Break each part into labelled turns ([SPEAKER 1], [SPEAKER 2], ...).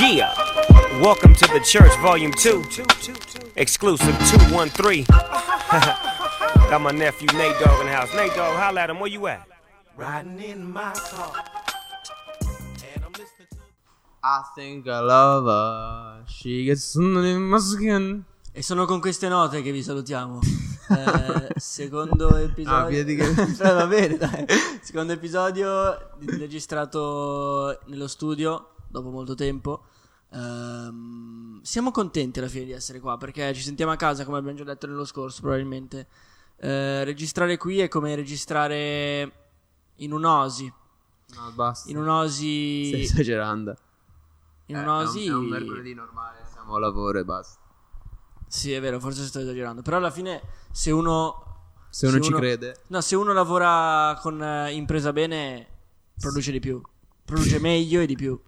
[SPEAKER 1] Yeah. Welcome to the church, volume two. Exclusive 213. Got my nephew Nate Dogg in the house. Nate Dogg, holla at him. Where you at?
[SPEAKER 2] Riding in my car. And I'm listening to.
[SPEAKER 3] I think I love her. She gets under my skin.
[SPEAKER 4] E sono con queste note che vi salutiamo. Eh, secondo episodio.
[SPEAKER 3] Ah, vedi che-
[SPEAKER 4] Beh, va bene, dai. Secondo episodio eh, registrato nello studio dopo molto tempo. Ehm, siamo contenti alla fine di essere qua perché ci sentiamo a casa, come abbiamo già detto nello scorso, probabilmente. Eh, registrare qui è come registrare in un'osi.
[SPEAKER 3] No, basta.
[SPEAKER 4] In un'osi.
[SPEAKER 3] Stai esagerando.
[SPEAKER 4] In
[SPEAKER 3] Eh,
[SPEAKER 4] un'osi.
[SPEAKER 3] È un, è un mercoledì normale, siamo a lavoro e basta.
[SPEAKER 4] Sì, è vero, forse sto esagerando. Però alla fine, se uno.
[SPEAKER 3] Se uno ci crede.
[SPEAKER 4] No, se uno lavora con eh, impresa bene, produce di più. Produce meglio e di più.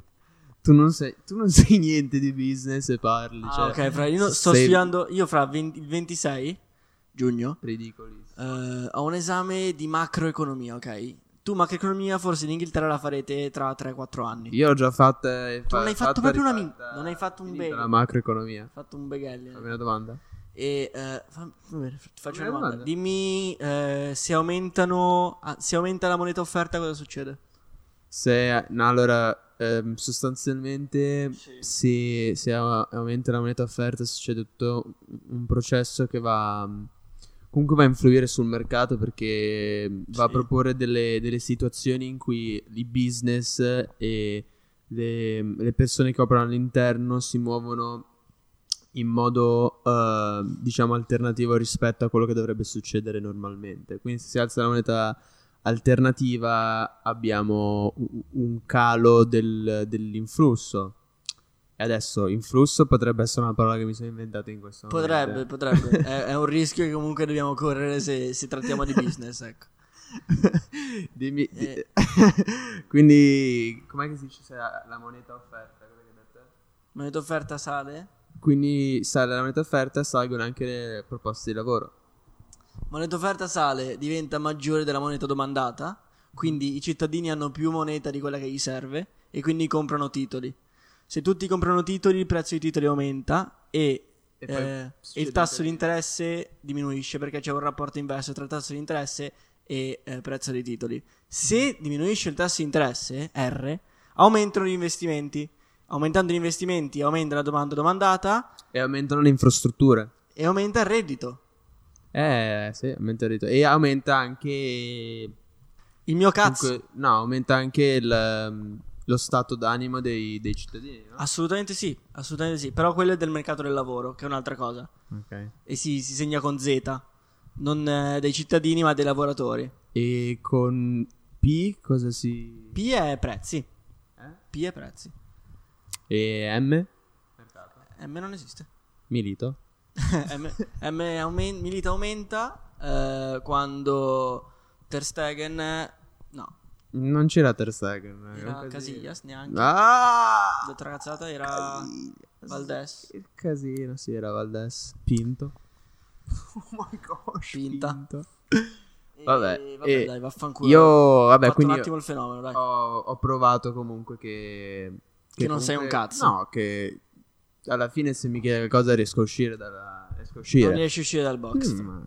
[SPEAKER 3] Tu non sai, tu non sai niente di business e parli.
[SPEAKER 4] Ah,
[SPEAKER 3] cioè,
[SPEAKER 4] ok, fra, io non- sto
[SPEAKER 3] sei
[SPEAKER 4] studiando. Io fra 20 il 26 giugno
[SPEAKER 3] Ridicoli.
[SPEAKER 4] eh, ho un esame di macroeconomia, ok? Tu macroeconomia forse in Inghilterra la farete tra 3-4 anni.
[SPEAKER 3] Io ho già eh, fatta. e
[SPEAKER 4] Tu non hai fatto proprio una min- non hai fatto un
[SPEAKER 3] finita
[SPEAKER 4] bene.
[SPEAKER 3] La macroeconomia.
[SPEAKER 4] Ho fatto un beghelli.
[SPEAKER 3] Fammi una domanda.
[SPEAKER 4] E eh, fa- va bene, ti faccio
[SPEAKER 3] Una
[SPEAKER 4] una
[SPEAKER 3] domanda.
[SPEAKER 4] domanda. Dimmi eh, se aumentano. ah, se aumenta la moneta offerta, cosa succede?
[SPEAKER 3] Se, no, allora, ehm, sostanzialmente, se, se a- aumenta la moneta offerta, succede tutto un processo che va. mm, Comunque va a influire sul mercato perché va a
[SPEAKER 4] Sì.
[SPEAKER 3] proporre delle, delle situazioni in cui i business e le, le persone che operano all'interno si muovono in modo eh, diciamo alternativo rispetto a quello che dovrebbe succedere normalmente. Quindi se si alza la moneta alternativa abbiamo u- un calo del- dell'influsso. E adesso influsso potrebbe essere una parola che mi sono inventato in questo
[SPEAKER 4] Potrebbe,
[SPEAKER 3] momento.
[SPEAKER 4] potrebbe. è, è un rischio che comunque dobbiamo correre se, se trattiamo di business, ecco.
[SPEAKER 3] Dimmi, di-
[SPEAKER 4] Eh.
[SPEAKER 3] quindi com'è che si dice se la, la moneta offerta? Cosa che hai detto?
[SPEAKER 4] Moneta offerta sale?
[SPEAKER 3] Quindi sale la moneta offerta, salgono anche le proposte di lavoro.
[SPEAKER 4] Moneta offerta sale diventa maggiore della moneta domandata, quindi i cittadini hanno più moneta di quella che gli serve e quindi comprano titoli. Se tutti comprano titoli, il prezzo dei titoli aumenta e,
[SPEAKER 3] E poi
[SPEAKER 4] eh,
[SPEAKER 3] succede
[SPEAKER 4] il tasso
[SPEAKER 3] che-
[SPEAKER 4] di interesse diminuisce perché c'è un rapporto inverso tra tasso di interesse e eh, prezzo dei titoli. Se diminuisce il tasso di interesse, R, aumentano gli investimenti. Aumentando gli investimenti aumenta la domanda domandata
[SPEAKER 3] E aumentano le infrastrutture.
[SPEAKER 4] e aumenta il reddito.
[SPEAKER 3] Eh, sì, aumenta il reddito. E aumenta anche...
[SPEAKER 4] Il mio cazzo.
[SPEAKER 3] Comunque, no, aumenta anche il, um, lo stato d'animo dei, dei cittadini, no?
[SPEAKER 4] Assolutamente sì, assolutamente sì. Però quello è del mercato del lavoro, che è un'altra cosa.
[SPEAKER 3] Ok.
[SPEAKER 4] E si, si segna con Z, non eh, dei cittadini ma dei lavoratori.
[SPEAKER 3] E con P cosa si...
[SPEAKER 4] P è prezzi.
[SPEAKER 3] Eh?
[SPEAKER 4] P è prezzi.
[SPEAKER 3] E M?
[SPEAKER 4] M non esiste.
[SPEAKER 3] Milito.
[SPEAKER 4] M, M aumen- milita aumenta eh, quando Ter Stegen... eh, No,
[SPEAKER 3] Non c'era Ter Stegen. era
[SPEAKER 4] era
[SPEAKER 3] un casino.
[SPEAKER 4] Casillas neanche.
[SPEAKER 3] Ah!
[SPEAKER 4] L'altra cazzata era Valdes.
[SPEAKER 3] Il casino, sì, era Valdes. Pinto. Oh my gosh.
[SPEAKER 4] Pinta. E-
[SPEAKER 3] Vabbè,
[SPEAKER 4] vabbè
[SPEAKER 3] eh,
[SPEAKER 4] dai, vaffanculo.
[SPEAKER 3] Io,
[SPEAKER 4] Ho
[SPEAKER 3] vabbè,
[SPEAKER 4] fatto
[SPEAKER 3] quindi...
[SPEAKER 4] un attimo il fenomeno, dai.
[SPEAKER 3] ho, ho provato comunque che...
[SPEAKER 4] Che non sei un cazzo.
[SPEAKER 3] No, che alla fine se mi chiede qualcosa riesco a uscire dalla... Riesco a uscire.
[SPEAKER 4] Non riesci a uscire dal box.
[SPEAKER 3] Mm, ma-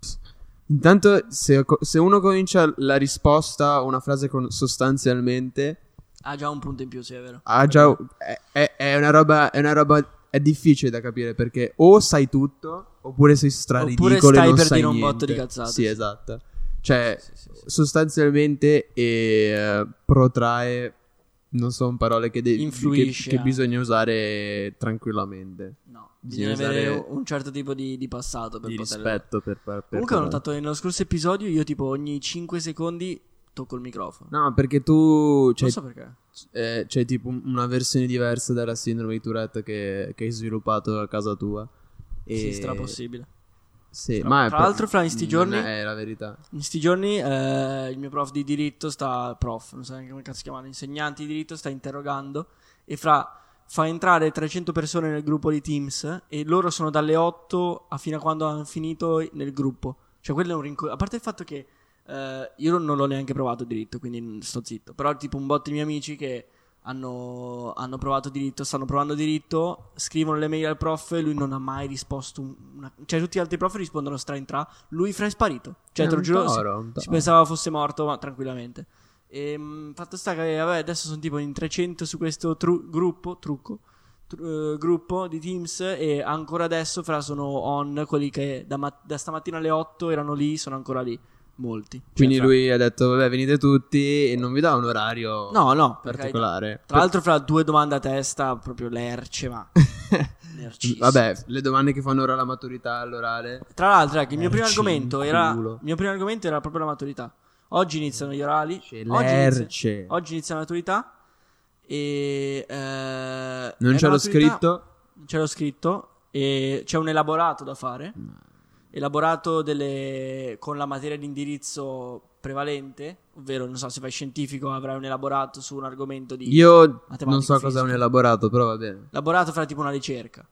[SPEAKER 3] pss. Intanto se, se uno comincia la risposta a una frase con sostanzialmente
[SPEAKER 4] Ha già un punto in più, sì, è vero.
[SPEAKER 3] ha già... È, è- è una roba... È una roba... È difficile da capire perché o sai tutto oppure sei straridicolo
[SPEAKER 4] Oppure
[SPEAKER 3] e non
[SPEAKER 4] stai per
[SPEAKER 3] sai
[SPEAKER 4] dire un
[SPEAKER 3] niente.
[SPEAKER 4] botto di cazzate,
[SPEAKER 3] Sì,
[SPEAKER 4] sì.
[SPEAKER 3] esatto. Cioè,
[SPEAKER 4] Sì, sì, sì.
[SPEAKER 3] sostanzialmente eh, protrae non sono parole che, de- che,
[SPEAKER 4] Influisce
[SPEAKER 3] che
[SPEAKER 4] anche.
[SPEAKER 3] bisogna usare tranquillamente
[SPEAKER 4] No,
[SPEAKER 3] Bisogna
[SPEAKER 4] bisogna avere
[SPEAKER 3] usare-
[SPEAKER 4] un certo tipo di, di passato per
[SPEAKER 3] di
[SPEAKER 4] poterlo-
[SPEAKER 3] rispetto per, per, per
[SPEAKER 4] Comunque ho notato che nello scorso episodio io tipo ogni 5 secondi tocco il microfono.
[SPEAKER 3] no perché tu c'è,
[SPEAKER 4] non so perché.
[SPEAKER 3] eh, c'è tipo un- una versione diversa della sindrome di Tourette che, che hai sviluppato a casa tua e...
[SPEAKER 4] Sì, stra possibile.
[SPEAKER 3] Sì,
[SPEAKER 4] Stra-
[SPEAKER 3] ma è
[SPEAKER 4] tra
[SPEAKER 3] pro-
[SPEAKER 4] l'altro fra in sti
[SPEAKER 3] non
[SPEAKER 4] giorni-
[SPEAKER 3] è la verità
[SPEAKER 4] In sti giorni eh, il mio prof di diritto sta prof, non so neanche come cazzo si chiamano, insegnante di diritto sta interrogando e fra fa entrare 300 persone nel gruppo di Teams e loro sono dalle 8 a fino a quando hanno finito nel gruppo. Cioè quello è un rincorso, a parte il fatto che eh, io non l'ho neanche provato diritto, quindi sto zitto, però tipo un botto di miei amici che hanno, hanno provato diritto, stanno provando diritto, scrivono le mail al prof e lui non ha mai risposto. un- Una... Cioè, tutti gli altri prof rispondono stra in tra. Lui fra è sparito. Cioè,
[SPEAKER 3] È
[SPEAKER 4] te lo
[SPEAKER 3] un
[SPEAKER 4] giuro, si-
[SPEAKER 3] toro, un
[SPEAKER 4] si
[SPEAKER 3] toro.
[SPEAKER 4] pensava fosse morto, ma tranquillamente. Ehm, fatto sta che vabbè, adesso sono tipo in 300 su questo tru- gruppo, trucco, tru- eh, gruppo di Teams e ancora adesso fra sono on quelli che da, mat- da stamattina alle 8 erano lì, sono ancora lì, molti. Cioè,
[SPEAKER 3] Quindi
[SPEAKER 4] fra-
[SPEAKER 3] lui ha detto, vabbè, venite tutti e non vi dà un orario
[SPEAKER 4] No, no, per
[SPEAKER 3] particolare.
[SPEAKER 4] Tra l'altro fra due domande a testa, proprio lerce, ma... Nercissimo.
[SPEAKER 3] Vabbè, le domande che fanno ora la maturità all'orale.
[SPEAKER 4] Tra l'altro, ecco, il mio primo
[SPEAKER 3] Lerci in
[SPEAKER 4] argomento era...
[SPEAKER 3] culo.
[SPEAKER 4] Il mio primo argomento era proprio la maturità. Oggi iniziano gli orali. Oggi
[SPEAKER 3] Lerce,
[SPEAKER 4] inizia-
[SPEAKER 3] lerce.
[SPEAKER 4] Oggi inizia la maturità. E. eh,
[SPEAKER 3] Non
[SPEAKER 4] è
[SPEAKER 3] c'è
[SPEAKER 4] la
[SPEAKER 3] lo
[SPEAKER 4] maturità-
[SPEAKER 3] scritto?
[SPEAKER 4] Non c'è lo scritto. E c'è un elaborato da fare.
[SPEAKER 3] Mm.
[SPEAKER 4] Elaborato delle- con la materia di indirizzo prevalente. Ovvero, non so, se fai scientifico avrai un elaborato su un argomento di.
[SPEAKER 3] Io
[SPEAKER 4] Matematica,
[SPEAKER 3] non so cosa
[SPEAKER 4] fisica.
[SPEAKER 3] hanno elaborato, però va bene.
[SPEAKER 4] Elaborato fra tipo una ricerca.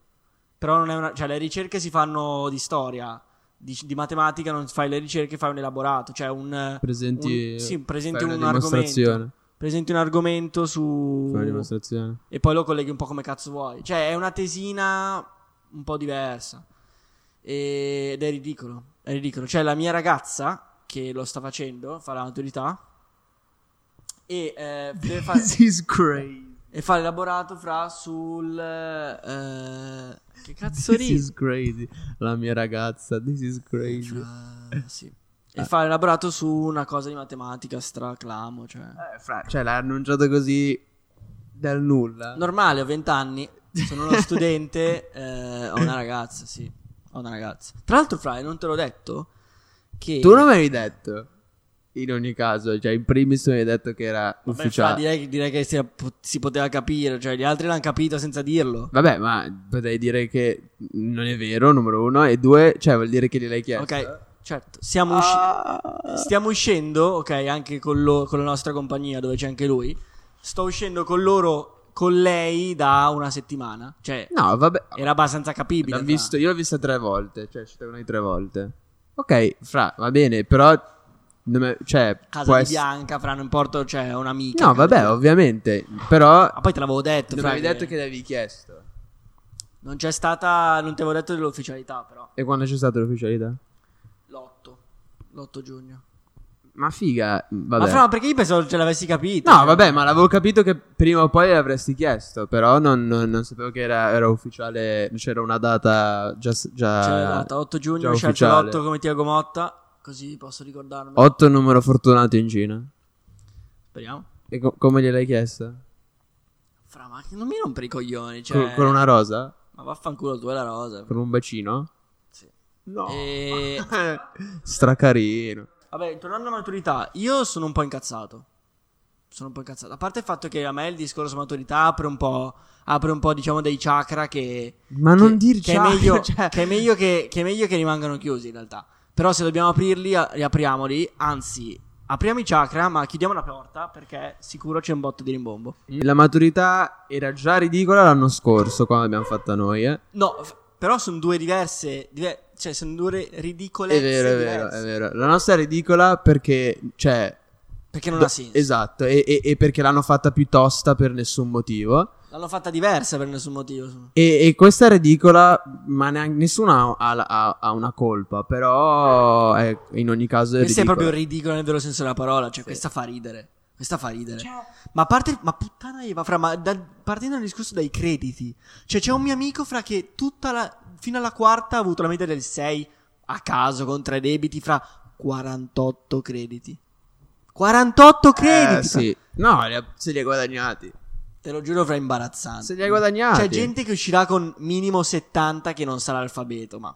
[SPEAKER 4] Però non è una. Cioè, le ricerche si fanno di storia. Di, di matematica non fai le ricerche, fai un elaborato. Cioè, un.
[SPEAKER 3] Presenti,
[SPEAKER 4] un- sì, presenti
[SPEAKER 3] fai una
[SPEAKER 4] un
[SPEAKER 3] dimostrazione.
[SPEAKER 4] argomento. Uh. Presenti un argomento su.
[SPEAKER 3] Fai una dimostrazione.
[SPEAKER 4] E poi lo colleghi un po' come cazzo vuoi. Cioè, è una tesina un po' diversa. E- Ed è ridicolo. È ridicolo. Cioè, la mia ragazza, che lo sta facendo, fa la maturità. E eh, deve fare.
[SPEAKER 3] is crazy.
[SPEAKER 4] E fa l'elaborato fra sul. eh, che cazzo
[SPEAKER 3] This
[SPEAKER 4] ridi?
[SPEAKER 3] is crazy. La mia ragazza, this is crazy.
[SPEAKER 4] Fra- sì. E fa l'elaborato su una cosa di matematica straclamo. Cioè.
[SPEAKER 3] Cioè, l'ha annunciato così dal nulla.
[SPEAKER 4] Normale, ho 20 anni. Sono uno studente. eh, ho una ragazza, sì. Ho una ragazza. Tra l'altro, fra, non te l'ho detto. Che.
[SPEAKER 3] Tu non mi avevi detto. In ogni caso, cioè, in primis mi hai detto che era
[SPEAKER 4] Vabbè, fra,
[SPEAKER 3] ufficiale.
[SPEAKER 4] direi, direi che si, si poteva capire. Cioè, gli altri l'hanno capito senza dirlo.
[SPEAKER 3] Vabbè, ma potrei dire che non è vero, numero uno. E due, cioè, vuol dire che gliel'hai chiesto.
[SPEAKER 4] Ok, certo. Siamo usciti.
[SPEAKER 3] Ah.
[SPEAKER 4] Stiamo uscendo, ok, anche con, lo- con la nostra compagnia dove c'è anche lui. Sto uscendo con loro, con lei da una settimana. Cioè,
[SPEAKER 3] No, vabbè.
[SPEAKER 4] era abbastanza capibile.
[SPEAKER 3] L'ho
[SPEAKER 4] fra.
[SPEAKER 3] visto- io l'ho vista tre volte, cioè, ci una di tre volte. Ok, fra, va bene, però... non me- cioè,
[SPEAKER 4] Casa
[SPEAKER 3] può
[SPEAKER 4] di
[SPEAKER 3] ess-
[SPEAKER 4] Bianca, fra non importa, cioè, un'amica.
[SPEAKER 3] No,
[SPEAKER 4] capito?
[SPEAKER 3] vabbè, ovviamente, però...
[SPEAKER 4] Ma poi te l'avevo detto,
[SPEAKER 3] Non mi
[SPEAKER 4] fra,
[SPEAKER 3] avevi detto che l'avevi chiesto.
[SPEAKER 4] Non c'è stata, non ti avevo detto dell'ufficialità, però.
[SPEAKER 3] E quando c'è stata l'ufficialità?
[SPEAKER 4] L'8. L'8 giugno.
[SPEAKER 3] Ma figa, vabbè.
[SPEAKER 4] Ma fra, ma perché io pensavo ce l'avessi capito.
[SPEAKER 3] No,
[SPEAKER 4] cioè.
[SPEAKER 3] vabbè, ma l'avevo capito che prima o poi l'avresti chiesto, però non, non- non sapevo che era, era ufficiale, c'era una data già... s- già
[SPEAKER 4] C'è la data, 8 Cioè, giugno,
[SPEAKER 3] Eh,
[SPEAKER 4] certo,
[SPEAKER 3] già
[SPEAKER 4] ho scelto
[SPEAKER 3] ufficiale.
[SPEAKER 4] l'8 come Tiago Motta, così posso ricordarmi.
[SPEAKER 3] 8 numero fortunato in Cina.
[SPEAKER 4] Speriamo.
[SPEAKER 3] E co- come gliel'hai chiesta?
[SPEAKER 4] Fra, ma che- non mi rompere i coglioni,
[SPEAKER 3] Co-
[SPEAKER 4] cioè.
[SPEAKER 3] Con una rosa?
[SPEAKER 4] Ma vaffanculo tu e la rosa.
[SPEAKER 3] Con un bacino?
[SPEAKER 4] Sì.
[SPEAKER 3] No.
[SPEAKER 4] E...
[SPEAKER 3] Stracarino.
[SPEAKER 4] Vabbè, tornando alla maturità, io sono un po' incazzato. Sono un po' incazzato. A parte il fatto che a me il discorso maturità apre un po', apre un po' diciamo, dei chakra che...
[SPEAKER 3] Ma
[SPEAKER 4] che-
[SPEAKER 3] non cioè dirci...
[SPEAKER 4] che è meglio, che, è meglio che, che è meglio che rimangano chiusi in realtà. Però se dobbiamo aprirli, a- riapriamoli. Anzi, apriamo i chakra, ma chiudiamo la porta perché sicuro c'è un botto di rimbombo.
[SPEAKER 3] La maturità era già ridicola l'anno scorso quando l'abbiamo fatta noi, eh.
[SPEAKER 4] No, f- però sono due diverse... diver- cioè, sono due ridicolezze
[SPEAKER 3] È vero, è vero,
[SPEAKER 4] diverse.
[SPEAKER 3] è vero. La nostra è ridicola perché, cioè...
[SPEAKER 4] Perché non
[SPEAKER 3] do-
[SPEAKER 4] ha senso.
[SPEAKER 3] Esatto, e, e- e perché l'hanno fatta più tosta per nessun motivo.
[SPEAKER 4] L'hanno fatta diversa per nessun motivo.
[SPEAKER 3] E, e questa è ridicola, ma neanche, nessuno ha, ha- ha- ha una colpa, però è- in ogni caso è
[SPEAKER 4] Questa è
[SPEAKER 3] ridicola.
[SPEAKER 4] proprio ridicola nel vero senso della parola. Cioè, questa fa ridere. Questa fa ridere. Ma a parte. Ma puttana Eva, fra. Ma da- partendo dal discorso dai crediti. Cioè, c'è un mio amico, fra, che tutta la. Fino alla quarta ha avuto la media del 6 a caso con tre debiti, fra 48 crediti. 48 crediti!
[SPEAKER 3] Eh,
[SPEAKER 4] fra.
[SPEAKER 3] sì. No, li ha- se li hai guadagnati.
[SPEAKER 4] Te lo giuro, fra, imbarazzante.
[SPEAKER 3] Se li hai guadagnati.
[SPEAKER 4] C'è gente che uscirà con minimo 70 che non sarà alfabeto, ma.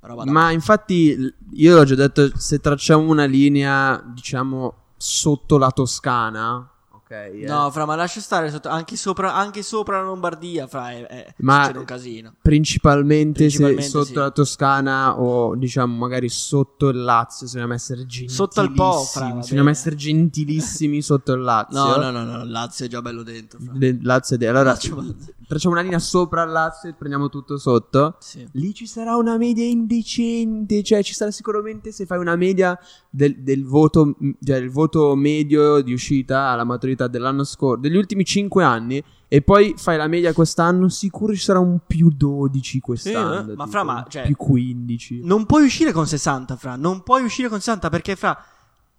[SPEAKER 4] Roba da
[SPEAKER 3] Ma infatti l- io l'ho già detto, se tracciamo una linea, diciamo, sotto la Toscana, ok? eh,
[SPEAKER 4] No, fra, ma lascia stare sotto- anche, sopra, anche sopra la Lombardia, fra, è, è,
[SPEAKER 3] Ma-
[SPEAKER 4] succede un casino.
[SPEAKER 3] Principalmente,
[SPEAKER 4] Principalmente
[SPEAKER 3] se sotto
[SPEAKER 4] sì.
[SPEAKER 3] la Toscana o diciamo magari sotto il Lazio, bisogna essere gentilissimi.
[SPEAKER 4] Sotto al Po, fra, va
[SPEAKER 3] Bisogna
[SPEAKER 4] bene.
[SPEAKER 3] essere gentilissimi sotto il Lazio.
[SPEAKER 4] No, no, no, no, il Lazio è già bello dentro, fra.
[SPEAKER 3] Le- Lazio de- allora
[SPEAKER 4] Lazio-
[SPEAKER 3] facciamo una linea sopra al Lazio e prendiamo tutto sotto.
[SPEAKER 4] Sì.
[SPEAKER 3] Lì ci sarà una media indecente, cioè ci sarà sicuramente se fai una media del, del voto, cioè il voto medio di uscita alla maturità media dell'anno scorso, degli ultimi 5 anni, e poi fai la media quest'anno, sicuro ci sarà un più 12 quest'anno.
[SPEAKER 4] Sì, eh? Ma
[SPEAKER 3] tipo,
[SPEAKER 4] fra, ma,
[SPEAKER 3] un
[SPEAKER 4] cioè-
[SPEAKER 3] più 15.
[SPEAKER 4] Non puoi uscire con 60, Fra. Non puoi uscire con 60 perché, Fra,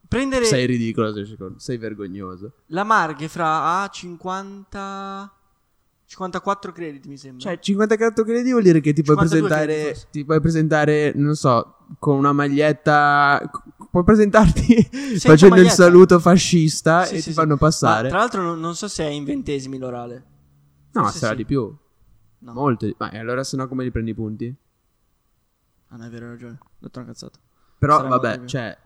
[SPEAKER 4] prendere
[SPEAKER 3] Sei ridicolo, sei, secondo- sei vergognoso.
[SPEAKER 4] la Marghe, Fra, ha 50... 54 crediti, mi sembra.
[SPEAKER 3] Cioè, 54 crediti vuol dire che ti puoi
[SPEAKER 4] 52
[SPEAKER 3] presentare,
[SPEAKER 4] crediti, forse.
[SPEAKER 3] ti puoi presentare, non so, con una maglietta. c- Puoi presentarti facendo il
[SPEAKER 4] maglietta.
[SPEAKER 3] saluto fascista
[SPEAKER 4] Sì,
[SPEAKER 3] Ah, e
[SPEAKER 4] sì,
[SPEAKER 3] ti
[SPEAKER 4] sì.
[SPEAKER 3] fanno passare.
[SPEAKER 4] Ma, tra l'altro, non, non so se è in ventesimi l'orale.
[SPEAKER 3] No,
[SPEAKER 4] sì,
[SPEAKER 3] sarà
[SPEAKER 4] sì.
[SPEAKER 3] di più.
[SPEAKER 4] No.
[SPEAKER 3] Molto. di- Ma e allora, se no, come li prendi i punti?
[SPEAKER 4] Ah, no, è vero, hai ragione. Ho detto una cazzata.
[SPEAKER 3] Però,
[SPEAKER 4] Sarà molto di
[SPEAKER 3] vabbè,
[SPEAKER 4] più.
[SPEAKER 3] cioè,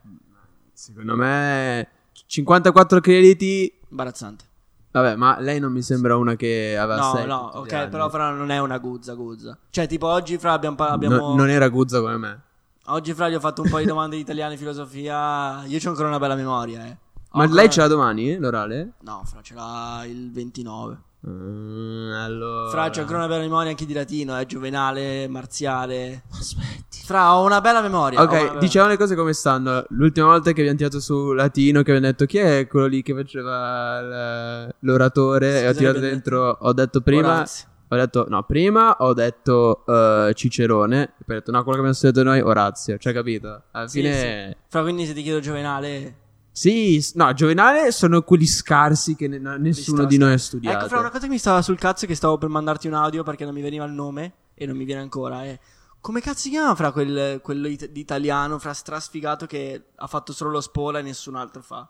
[SPEAKER 3] secondo me, 54 crediti.
[SPEAKER 4] Imbarazzante.
[SPEAKER 3] Vabbè, ma lei non mi sembra una che aveva
[SPEAKER 4] No,
[SPEAKER 3] Ah, sei
[SPEAKER 4] no,
[SPEAKER 3] tutti gli
[SPEAKER 4] ok,
[SPEAKER 3] anni.
[SPEAKER 4] però Fra non è una guzza guzza. Cioè, tipo oggi Fra abbiamo... pa- abbiamo-
[SPEAKER 3] No- non era guzza come me.
[SPEAKER 4] Oggi Fra gli ho fatto un po' di domande di italiano e filosofia. Io c'ho ancora una bella memoria, eh. Ho
[SPEAKER 3] Ma
[SPEAKER 4] ancora-
[SPEAKER 3] lei ce l'ha domani, l'orale?
[SPEAKER 4] No, Fra ce l'ha il 29.
[SPEAKER 3] Mm, allora.
[SPEAKER 4] Fra c'ho ancora una bella memoria anche di latino, eh, giovenale, marziale. Aspetti. Fra ho una bella memoria. ho una
[SPEAKER 3] Ok,
[SPEAKER 4] bella-
[SPEAKER 3] diciamo le cose come stanno. L'ultima volta che abbiamo tirato su Latino, che abbiamo detto chi è quello lì che faceva l- l'oratore,
[SPEAKER 4] Sì,
[SPEAKER 3] e ho tirato
[SPEAKER 4] sarebbe
[SPEAKER 3] dentro, ho detto prima,
[SPEAKER 4] Orazio.
[SPEAKER 3] ho detto no, prima ho detto eh, Cicerone, e poi ho detto no, quello che abbiamo studiato noi, Orazio, cioè capito? Alla
[SPEAKER 4] Sì,
[SPEAKER 3] fine...
[SPEAKER 4] sì. Fra quindi se ti chiedo giovenale...
[SPEAKER 3] Sì, s- no, Giovenale sono quelli scarsi che ne- no- nessuno
[SPEAKER 4] stava
[SPEAKER 3] di noi ha
[SPEAKER 4] Ecco,
[SPEAKER 3] studiato.
[SPEAKER 4] fra una cosa che mi stava sul cazzo è che stavo per mandarti un audio perché non mi veniva il nome e non mi viene ancora. eh. Come cazzo si chiama fra quel, quello it- di italiano, fra strasfigato che ha fatto solo lo spola e nessun altro fa?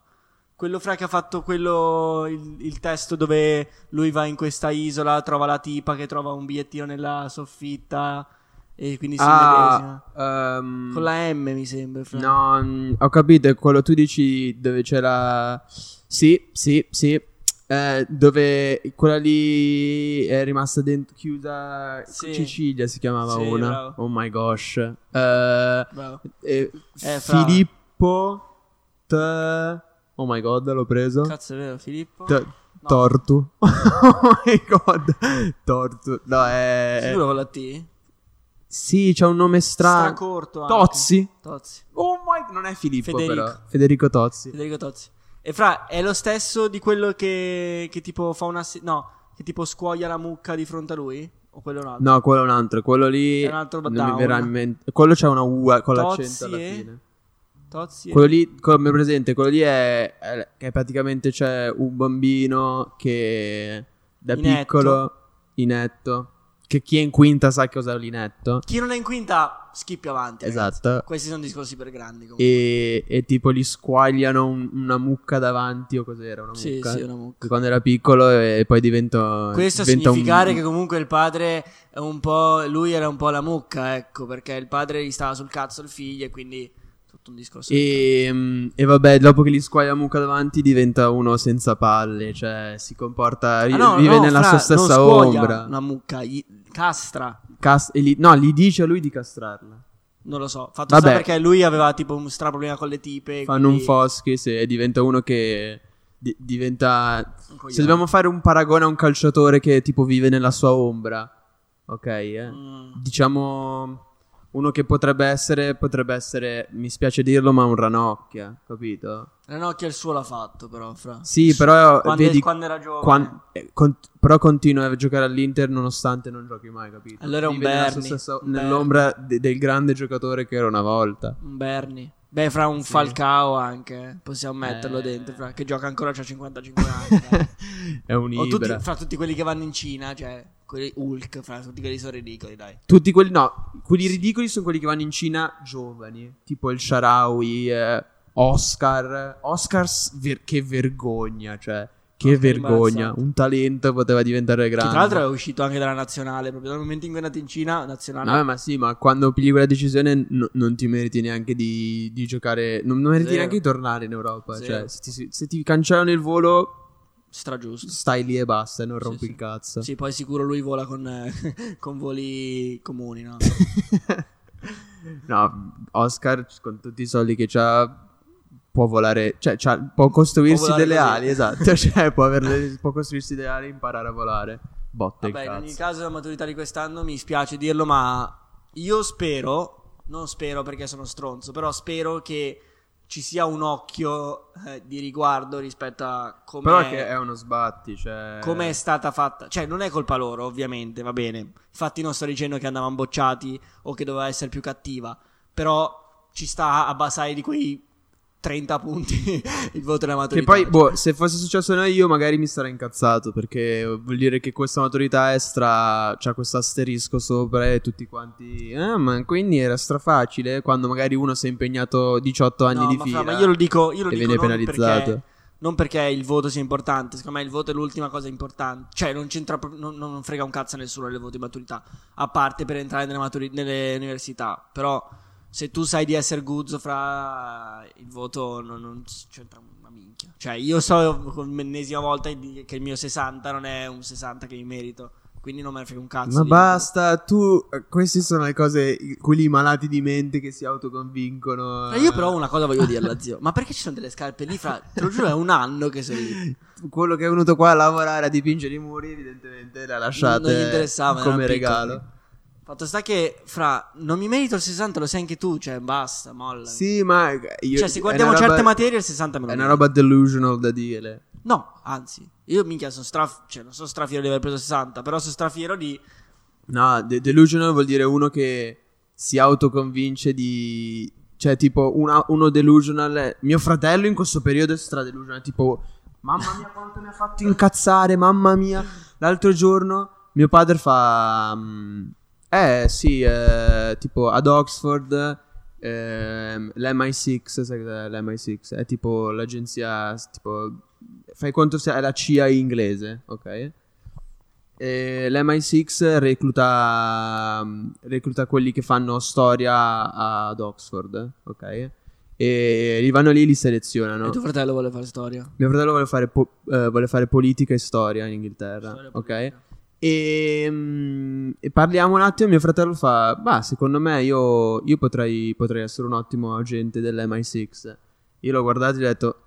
[SPEAKER 4] Quello fra che ha fatto quello, il, il testo dove lui va in questa isola, trova la tipa che trova un bigliettino nella soffitta e quindi si medesima.
[SPEAKER 3] Ah, ehm,
[SPEAKER 4] Con la M mi sembra. Fra.
[SPEAKER 3] No, mm, ho capito, è quello tu dici dove c'era... Sì, sì, sì. Eh, dove quella lì è rimasta dentro, chiusa...
[SPEAKER 4] Sì.
[SPEAKER 3] Cecilia si chiamava
[SPEAKER 4] Sì,
[SPEAKER 3] una.
[SPEAKER 4] bravo.
[SPEAKER 3] Oh my gosh. Eh,
[SPEAKER 4] Bravo.
[SPEAKER 3] eh,
[SPEAKER 4] Eh, fra-
[SPEAKER 3] Filippo... T- Oh my god, l'ho preso.
[SPEAKER 4] Cazzo è vero, Filippo?
[SPEAKER 3] T- Tortu. oh my god. Tortu. No, è...
[SPEAKER 4] Sicuro con la T?
[SPEAKER 3] Sì, c'ha un nome strano.
[SPEAKER 4] Stracorto anche.
[SPEAKER 3] Tozzi.
[SPEAKER 4] Tozzi.
[SPEAKER 3] Oh my... Non è Filippo
[SPEAKER 4] Federico.
[SPEAKER 3] però. Federico Tozzi.
[SPEAKER 4] Federico Tozzi. E fra, è lo stesso di quello che, che tipo fa una... se- No, che tipo scuoglia la mucca di fronte a lui? O quello è un altro?
[SPEAKER 3] No, quello è un altro. Quello lì.
[SPEAKER 4] È un altro
[SPEAKER 3] non
[SPEAKER 4] down.
[SPEAKER 3] mi verrà in mente. Quello c'ha una U eh, con
[SPEAKER 4] Tozzi
[SPEAKER 3] l'accento alla
[SPEAKER 4] e-
[SPEAKER 3] fine.
[SPEAKER 4] Tozzi?
[SPEAKER 3] Quello lì, come presente, quello lì è. è- Che praticamente c'è un bambino che da
[SPEAKER 4] Inetto.
[SPEAKER 3] piccolo. Inetto. Che chi è in quinta sa cos'è l'inetto.
[SPEAKER 4] Chi non è in quinta, schippi avanti. ragazzi.
[SPEAKER 3] Esatto.
[SPEAKER 4] Questi sono discorsi per grandi comunque.
[SPEAKER 3] E, e tipo gli squagliano un- una mucca davanti o cos'era una
[SPEAKER 4] Sì,
[SPEAKER 3] mucca.
[SPEAKER 4] sì, una mucca.
[SPEAKER 3] Quando era piccolo e poi diventa.
[SPEAKER 4] Questo a
[SPEAKER 3] diventa un-
[SPEAKER 4] significare che comunque il padre è un po'... Lui era un po' la mucca, ecco, perché il padre gli stava sul cazzo il figlio e quindi... Tutto un discorso.
[SPEAKER 3] E, mm, e vabbè, dopo che gli squaglia mucca davanti, diventa uno senza palle. Cioè, si comporta.
[SPEAKER 4] Ah,
[SPEAKER 3] vi-
[SPEAKER 4] no,
[SPEAKER 3] vive
[SPEAKER 4] no,
[SPEAKER 3] nella
[SPEAKER 4] fra,
[SPEAKER 3] sua
[SPEAKER 4] non
[SPEAKER 3] stessa
[SPEAKER 4] scuoglia
[SPEAKER 3] ombra.
[SPEAKER 4] Una mucca, gli- castra.
[SPEAKER 3] Cas- e gli- no, gli dice a lui di castrarla.
[SPEAKER 4] Non lo so. Fatto sta
[SPEAKER 3] Vabbè.
[SPEAKER 4] perché lui aveva tipo un stra problema con le tipe.
[SPEAKER 3] Fanno un
[SPEAKER 4] quindi-
[SPEAKER 3] foschi se diventa uno che. di- diventa.
[SPEAKER 4] Un coglione.
[SPEAKER 3] Se dobbiamo fare un paragone a un calciatore che tipo vive nella sua ombra. Ok, eh.
[SPEAKER 4] Mm.
[SPEAKER 3] Diciamo. Uno che potrebbe essere, potrebbe essere, mi spiace dirlo, ma un ranocchia, capito?
[SPEAKER 4] Ranocchia il suo l'ha fatto, però, fra.
[SPEAKER 3] Sì, però
[SPEAKER 4] Quando-
[SPEAKER 3] vedi
[SPEAKER 4] quando era giovane.
[SPEAKER 3] quan- eh, con- però continua a giocare all'Inter nonostante non giochi mai, capito?
[SPEAKER 4] Allora è un
[SPEAKER 3] Vive nella
[SPEAKER 4] Berni,
[SPEAKER 3] sua stessa-
[SPEAKER 4] un
[SPEAKER 3] nell'ombra de- del grande giocatore che era una volta.
[SPEAKER 4] Un Berni. Beh, fra un
[SPEAKER 3] Sì.
[SPEAKER 4] Falcao anche. eh. Possiamo metterlo
[SPEAKER 3] Eh.
[SPEAKER 4] dentro, fra. Che gioca ancora, c'ha 55 anni. dai.
[SPEAKER 3] è un
[SPEAKER 4] o tutti,
[SPEAKER 3] Ibra. Tutti,
[SPEAKER 4] fra tutti quelli che vanno in Cina, cioè. Quelli Hulk, fra tutti quelli sono ridicoli, dai.
[SPEAKER 3] quelli no, quelli ridicoli sono quelli che vanno in Cina giovani, tipo il Sharawi, eh, Oscar, Oscar s- ver- che vergogna, cioè che
[SPEAKER 4] Porca
[SPEAKER 3] vergogna,
[SPEAKER 4] imbarazzante.
[SPEAKER 3] un talento poteva diventare
[SPEAKER 4] Che
[SPEAKER 3] grande.
[SPEAKER 4] tra l'altro è uscito anche dalla nazionale. Proprio dal momento in cui è nato in Cina, nazionale.
[SPEAKER 3] Vabbè, ma sì, ma quando pigli quella decisione no- non ti meriti neanche di, di giocare, non, non meriti
[SPEAKER 4] Zero.
[SPEAKER 3] neanche di tornare in Europa.
[SPEAKER 4] Zero.
[SPEAKER 3] Cioè, se ti, se ti cancellano il volo,
[SPEAKER 4] Stragiusto.
[SPEAKER 3] stai lì e basta, e non rompi
[SPEAKER 4] sì.
[SPEAKER 3] il cazzo.
[SPEAKER 4] Sì, poi sicuro lui vola con, eh, con voli comuni, no?
[SPEAKER 3] no, Oscar con tutti i soldi che ha può volare, cioè c'ha- può costruirsi
[SPEAKER 4] volare
[SPEAKER 3] delle
[SPEAKER 4] così.
[SPEAKER 3] ali, esatto, cioè può, averle- può costruirsi delle ali e imparare a volare. Botte il
[SPEAKER 4] Vabbè, in ogni
[SPEAKER 3] cazzo.
[SPEAKER 4] caso la maturità di quest'anno mi spiace dirlo, ma io spero, non spero perché sono stronzo, però spero che ci sia un occhio eh, di riguardo rispetto a come
[SPEAKER 3] Però che è eh, uno sbatti, cioè...
[SPEAKER 4] come è stata fatta. Cioè, non è colpa loro, ovviamente, va bene. Infatti, non sto dicendo che andavano bocciati o che doveva essere più cattiva. Però ci sta a basare di quei 30 punti il voto della
[SPEAKER 3] Che
[SPEAKER 4] maturità.
[SPEAKER 3] poi, boh, se fosse successo a io magari mi sarei incazzato, perché vuol dire che questa maturità estra c'ha questo asterisco sopra e tutti quanti... Ah, ma quindi era strafacile, quando magari uno si è impegnato 18 anni
[SPEAKER 4] No,
[SPEAKER 3] di
[SPEAKER 4] ma fra-
[SPEAKER 3] fila
[SPEAKER 4] ma io lo dico, io lo
[SPEAKER 3] e
[SPEAKER 4] dico
[SPEAKER 3] viene
[SPEAKER 4] non
[SPEAKER 3] penalizzato.
[SPEAKER 4] perché- non perché il voto sia importante, secondo me il voto è l'ultima cosa importante, cioè non c'entra pro- non, non frega un cazzo a nessuno il voto di maturità, a parte per entrare nelle, maturi- nelle università, però se tu sai di essere guzzo fra il voto non, non c'entra una minchia. Cioè io so con l'ennesima volta di- che il mio 60 non è un 60 che mi merito, quindi non me ne frega un cazzo.
[SPEAKER 3] Ma
[SPEAKER 4] di-
[SPEAKER 3] basta, tu... Queste sono le cose, i- quelli malati di mente che si autoconvincono. eh.
[SPEAKER 4] Ma Cioè, io però una cosa voglio dirla, zio. Ma perché ci sono delle scarpe lì fra... Te lo giuro, è un anno che sono lì.
[SPEAKER 3] Quello che è venuto qua a lavorare a dipingere i muri, evidentemente le ha lasciate
[SPEAKER 4] non gli interessava
[SPEAKER 3] come
[SPEAKER 4] erano
[SPEAKER 3] regalo.
[SPEAKER 4] piccoli. Fatto sta che fra non mi merito il 60 lo sai anche tu, cioè basta, molla.
[SPEAKER 3] Sì, ma io-
[SPEAKER 4] cioè se
[SPEAKER 3] è
[SPEAKER 4] guardiamo
[SPEAKER 3] una roba-
[SPEAKER 4] certe materie il 60 me lo
[SPEAKER 3] È una
[SPEAKER 4] merito.
[SPEAKER 3] roba delusional da dire.
[SPEAKER 4] No, anzi, io minchia sono stra cioè non sono strafiero di aver preso 60, però sono strafiero di
[SPEAKER 3] No, de- delusional vuol dire uno che si autoconvince di... Cioè, tipo, una- uno delusional... è- Mio fratello in questo periodo è stra-delusional, tipo... Mamma mia, quanto mi ha fatto incazzare, mamma mia. L'altro giorno mio padre fa... mm, Eh, sì, eh, tipo, ad Oxford... ehm, l'MI6, sai cos'è l'MI6? È tipo l'agenzia... Tipo, fai conto se è la CIA inglese, ok? E L'MI6 recluta, mm, recluta quelli che fanno storia ad Oxford, ok? E li vanno lì e li selezionano.
[SPEAKER 4] e tuo fratello vuole fare storia.
[SPEAKER 3] Mio fratello vuole fare, po- eh, vuole fare politica e storia in Inghilterra,
[SPEAKER 4] Storia
[SPEAKER 3] ok?
[SPEAKER 4] politica.
[SPEAKER 3] E, mm, e parliamo un attimo. Mio fratello fa: Bah, secondo me io, io potrei, potrei essere un ottimo agente dell'MI6. Io l'ho guardato e gli ho detto.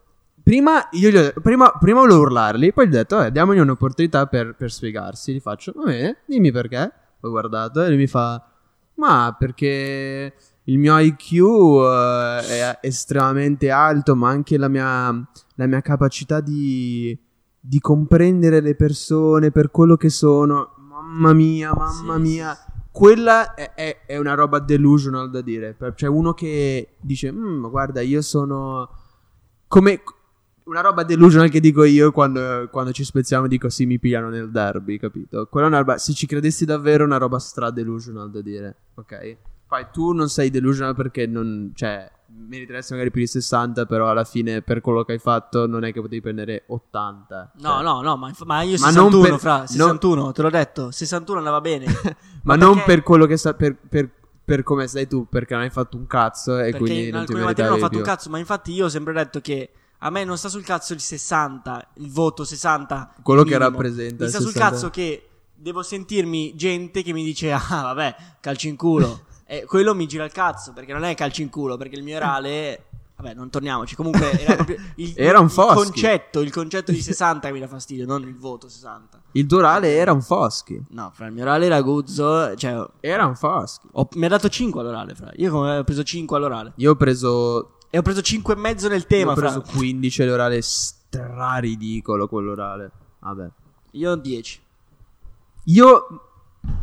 [SPEAKER 3] Prima, io gli ho- prima, prima volevo urlarli, poi gli ho detto: Vabbè, diamogli un'opportunità per, per spiegarsi. Gli faccio: Va bene, dimmi perché. L'ho guardato e lui mi fa: Ma perché il mio IQ eh, è estremamente alto, ma anche la mia, la mia capacità di, di comprendere le persone per quello che sono. Mamma mia, mamma
[SPEAKER 4] Sì,
[SPEAKER 3] mia. Quella è, è- è una roba delusional da dire. Per- Cioè, uno che dice: "Mm, ma Guarda, io sono. Come. Una roba delusional che dico io quando, quando ci spezziamo, dico sì, mi pigliano nel derby, capito? Quella è una roba. Se ci credessi davvero, è una roba stra delusional da dire, ok? Poi tu non sei delusional perché non. Cioè, meriteresti magari più di 60, però alla fine, per quello che hai fatto, non è che potevi prendere 80.
[SPEAKER 4] No,
[SPEAKER 3] cioè.
[SPEAKER 4] no, no, ma, inf- ma io
[SPEAKER 3] Ma non
[SPEAKER 4] 61
[SPEAKER 3] per-
[SPEAKER 4] fra
[SPEAKER 3] non-
[SPEAKER 4] 61, te l'ho detto, 61 andava bene.
[SPEAKER 3] Ma,
[SPEAKER 4] Ma
[SPEAKER 3] non
[SPEAKER 4] perché-
[SPEAKER 3] per quello che sta. Per, per, per come stai tu, perché non hai fatto un cazzo e
[SPEAKER 4] perché
[SPEAKER 3] quindi
[SPEAKER 4] in
[SPEAKER 3] non ti
[SPEAKER 4] alcune materie non
[SPEAKER 3] meritavi
[SPEAKER 4] ho fatto
[SPEAKER 3] più.
[SPEAKER 4] un cazzo, ma infatti io ho sempre detto che a me non sta sul cazzo il 60, il voto 60.
[SPEAKER 3] Quello che
[SPEAKER 4] minimo.
[SPEAKER 3] rappresenta
[SPEAKER 4] Mi
[SPEAKER 3] il
[SPEAKER 4] sta sul
[SPEAKER 3] 60.
[SPEAKER 4] cazzo che devo sentirmi gente che mi dice ah vabbè, calci in culo. e quello mi gira il cazzo perché non è calci in culo, perché il mio orale... Vabbè, non torniamoci. Comunque era proprio il,
[SPEAKER 3] Era un
[SPEAKER 4] il
[SPEAKER 3] Foschi.
[SPEAKER 4] concetto, il concetto di 60 che mi dà fastidio, non il voto 60.
[SPEAKER 3] Il Durale era un Foschi.
[SPEAKER 4] No, fra il mio orale era guzzo, cioè
[SPEAKER 3] Era un Foschi.
[SPEAKER 4] ho- mi ha dato 5 all'orale, fra. Io come ho preso 5 all'orale.
[SPEAKER 3] Io ho preso.
[SPEAKER 4] E ho preso 5 e mezzo nel
[SPEAKER 3] io
[SPEAKER 4] tema,
[SPEAKER 3] ho preso
[SPEAKER 4] fra.
[SPEAKER 3] 15 l'orale straridicolo quell'orale. Vabbè.
[SPEAKER 4] Io 10.
[SPEAKER 3] Io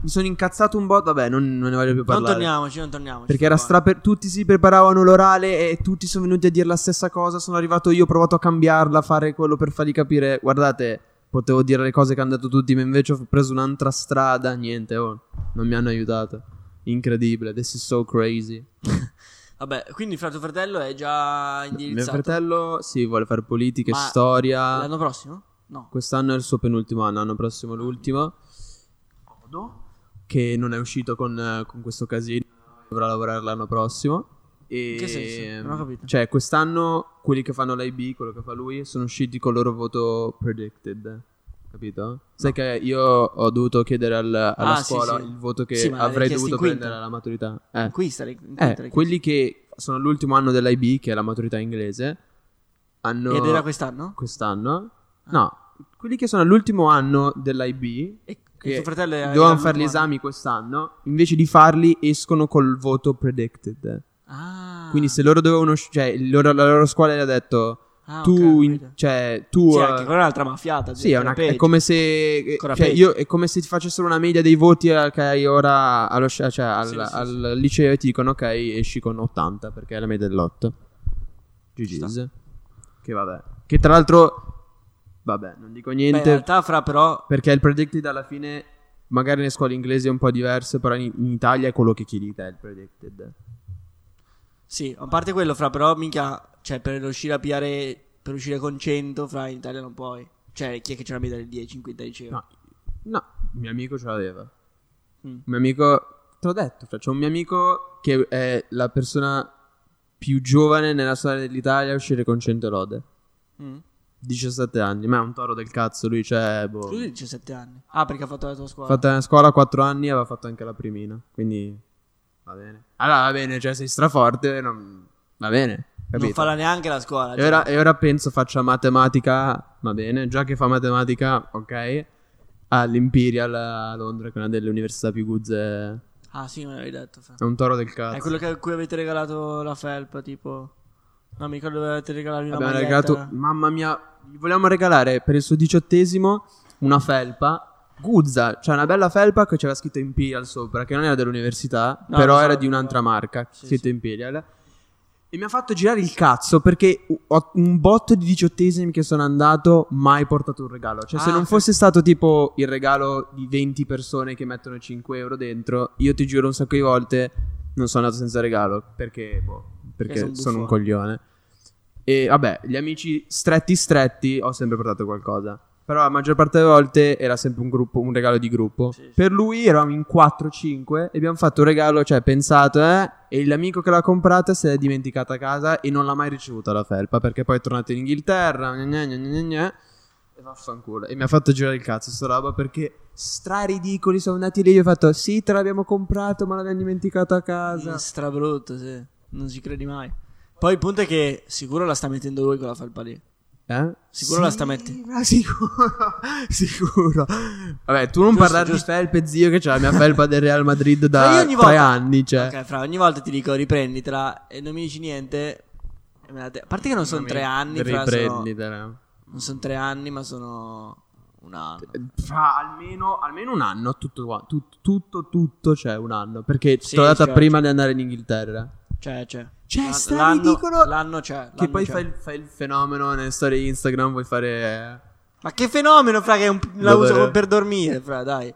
[SPEAKER 3] mi sono incazzato un botto. Vabbè, non, non ne voglio più
[SPEAKER 4] Non
[SPEAKER 3] parlare.
[SPEAKER 4] torniamoci, non torniamoci.
[SPEAKER 3] Perché era
[SPEAKER 4] Qua.
[SPEAKER 3] stra per- tutti si preparavano l'orale e tutti sono venuti a dire la stessa cosa. Sono arrivato io, ho provato a cambiarla, a fare quello per fargli capire. Guardate, potevo dire le cose che hanno detto tutti, ma invece ho preso un'altra strada. Niente, oh, non mi hanno aiutato. Incredibile, this is so crazy.
[SPEAKER 4] Vabbè, quindi fra tuo fratello è già
[SPEAKER 3] Mio
[SPEAKER 4] indirizzato.
[SPEAKER 3] fratello, sì, vuole fare politica e
[SPEAKER 4] Ma
[SPEAKER 3] storia.
[SPEAKER 4] L'anno prossimo? No.
[SPEAKER 3] Quest'anno è il suo penultimo anno, l'anno prossimo è l'ultimo. Che non è uscito con, eh, con questo casino, dovrà lavorare l'anno prossimo. E,
[SPEAKER 4] In che senso? Non ho capito.
[SPEAKER 3] Cioè, quest'anno quelli che fanno l'IB, quello che fa lui, sono usciti col loro voto predicted. Capito? Sai che io ho dovuto chiedere al- alla
[SPEAKER 4] Ah, sì,
[SPEAKER 3] scuola
[SPEAKER 4] sì.
[SPEAKER 3] il voto che
[SPEAKER 4] Sì, ma l'hai
[SPEAKER 3] avrei
[SPEAKER 4] chiesto in
[SPEAKER 3] dovuto
[SPEAKER 4] quinta.
[SPEAKER 3] prendere alla maturità. Eh.
[SPEAKER 4] In Qui stare in
[SPEAKER 3] Eh,
[SPEAKER 4] quinta, ragazzi.
[SPEAKER 3] quelli che sono all'ultimo anno dell'IB, che è la maturità inglese, hanno...
[SPEAKER 4] Ed era quest'anno?
[SPEAKER 3] Quest'anno?
[SPEAKER 4] Ah.
[SPEAKER 3] No, quelli che sono all'ultimo anno dell'IB,
[SPEAKER 4] E, e
[SPEAKER 3] che
[SPEAKER 4] tuo fratello è
[SPEAKER 3] dovevano
[SPEAKER 4] era
[SPEAKER 3] fare gli
[SPEAKER 4] l'ultimo anno?
[SPEAKER 3] esami quest'anno, invece di farli escono col voto predicted.
[SPEAKER 4] Ah.
[SPEAKER 3] Quindi se loro dovevano, sc- cioè il loro- la loro scuola gli ha detto,
[SPEAKER 4] Ah,
[SPEAKER 3] tu,
[SPEAKER 4] ok, ho
[SPEAKER 3] in-
[SPEAKER 4] capito.
[SPEAKER 3] cioè, tu...
[SPEAKER 4] Sì,
[SPEAKER 3] eh,
[SPEAKER 4] anche quella è un'altra maffiata.
[SPEAKER 3] sì, è, una- è come se.
[SPEAKER 4] Ancora
[SPEAKER 3] cioè,
[SPEAKER 4] peggio.
[SPEAKER 3] io- è come se ti facessero una media dei voti al- che hai ora allo sci- cioè, al,
[SPEAKER 4] Sì, sì,
[SPEAKER 3] al liceo e ti dicono ok, esci con 80 perché è la media dell'8. GG's. Che vabbè. Che tra l'altro. Vabbè, non dico
[SPEAKER 4] Beh, in
[SPEAKER 3] niente.
[SPEAKER 4] realtà, fra però.
[SPEAKER 3] Perché il predicted alla fine. Magari nelle scuole inglesi è un po' diverso, però in, in Italia è quello che chiedi te il predicted.
[SPEAKER 4] Sì, a parte quello, fra però, minchia. Cioè, per riuscire a piare. Per uscire con 100, fra in Italia non puoi. Cioè, chi è che ce la media del 10 in quinta liceo?
[SPEAKER 3] No, no, il mio amico ce l'aveva.
[SPEAKER 4] Mm.
[SPEAKER 3] Un mio amico, te l'ho detto, cioè, c'è un mio amico che è la persona più giovane nella storia dell'Italia a uscire con 100 lode.
[SPEAKER 4] Mm.
[SPEAKER 3] 17 anni, ma è un toro del cazzo, lui c'è, boh.
[SPEAKER 4] Tu hai 17 anni. Ah, perché ha fatto la tua scuola.
[SPEAKER 3] Fatta a scuola a 4 anni e aveva fatto anche la primina, quindi va bene. Allora va bene, cioè sei straforte, non- va bene, capito? Eh.
[SPEAKER 4] non farà neanche la scuola.
[SPEAKER 3] E ora, e ora penso faccia matematica, va bene, già che fa matematica, ok, all'Imperial a Londra, che è una delle università più guzze,
[SPEAKER 4] cioè. Ah, sì, me l'avevi detto. Fra.
[SPEAKER 3] è un toro del cazzo.
[SPEAKER 4] È quello che, a cui avete regalato la felpa, tipo. No, mi ricordo dove avete regalato una
[SPEAKER 3] Abbiamo
[SPEAKER 4] maglietta. Mm,
[SPEAKER 3] regalato, mamma mia, gli volevamo regalare per il suo diciottesimo una felpa guzza, cioè una bella felpa che c'era scritto Imperial sopra, che non era dell'università,
[SPEAKER 4] No, lo
[SPEAKER 3] però
[SPEAKER 4] so,
[SPEAKER 3] era
[SPEAKER 4] lo
[SPEAKER 3] di
[SPEAKER 4] so.
[SPEAKER 3] un'altra marca,
[SPEAKER 4] Sì,
[SPEAKER 3] scritto
[SPEAKER 4] sì.
[SPEAKER 3] Imperial. E mi ha fatto girare il cazzo perché ho un botto di diciottesimi che sono andato, mai portato un regalo. Cioè, se
[SPEAKER 4] Ah,
[SPEAKER 3] non
[SPEAKER 4] ok.
[SPEAKER 3] fosse stato tipo il regalo di 20 persone che mettono 5 euro dentro, io ti giuro un sacco di volte non sono andato senza regalo perché, boh, perché
[SPEAKER 4] Perché son
[SPEAKER 3] sono un
[SPEAKER 4] buffone.
[SPEAKER 3] coglione. E vabbè, gli amici stretti stretti ho sempre portato qualcosa. Però la maggior parte delle volte era sempre un, gruppo, un regalo di gruppo.
[SPEAKER 4] Sì, sì.
[SPEAKER 3] Per lui eravamo in 4-5 e abbiamo fatto un regalo, cioè pensato, eh? E l'amico che l'ha comprata se l'è dimenticata a casa e non l'ha mai ricevuta la felpa perché poi è tornato in Inghilterra. gna gna gna gna gna, e vaffanculo. E mi ha fatto girare il cazzo sta roba perché stra ridicoli sono andati lì. Io ho fatto, sì, te l'abbiamo comprato ma l'abbiamo dimenticata a casa.
[SPEAKER 4] Mm, Strabrutto, sì. Non ci credi mai. Poi il punto è che sicuro la sta mettendo lui con la felpa lì.
[SPEAKER 3] Eh?
[SPEAKER 4] Sicuro la sta metti-
[SPEAKER 3] ma sicuro, sicuro. Vabbè, tu non
[SPEAKER 4] Giusto,
[SPEAKER 3] parlare
[SPEAKER 4] giusto.
[SPEAKER 3] di felpe, zio, che c'è la mia felpa del Real Madrid
[SPEAKER 4] Ma io
[SPEAKER 3] da
[SPEAKER 4] ogni
[SPEAKER 3] tre
[SPEAKER 4] volta-
[SPEAKER 3] anni, cioè.
[SPEAKER 4] Ok, fra ogni volta ti dico riprenditela e non mi dici niente. e me la te- A parte che non sono tre anni, fra, sono...
[SPEAKER 3] Riprenditela.
[SPEAKER 4] non sono tre anni, ma sono un anno.
[SPEAKER 3] Fra almeno, almeno un anno, tutto, qua- tut- tutto, tutto, cioè un anno. Perché
[SPEAKER 4] Sì,
[SPEAKER 3] te l'ho data
[SPEAKER 4] certo.
[SPEAKER 3] prima di andare in Inghilterra.
[SPEAKER 4] Cioè, cioè.
[SPEAKER 3] Cioè,
[SPEAKER 4] L'an-
[SPEAKER 3] sta
[SPEAKER 4] l'anno-
[SPEAKER 3] ridicolo.
[SPEAKER 4] L'anno c'è.
[SPEAKER 3] Che
[SPEAKER 4] l'anno
[SPEAKER 3] poi
[SPEAKER 4] c'è.
[SPEAKER 3] fai il, fai il fenomeno nelle storie Instagram, vuoi fare...
[SPEAKER 4] Ma che fenomeno, fra, che è un- la
[SPEAKER 3] Dov'è?
[SPEAKER 4] uso per dormire, fra, dai.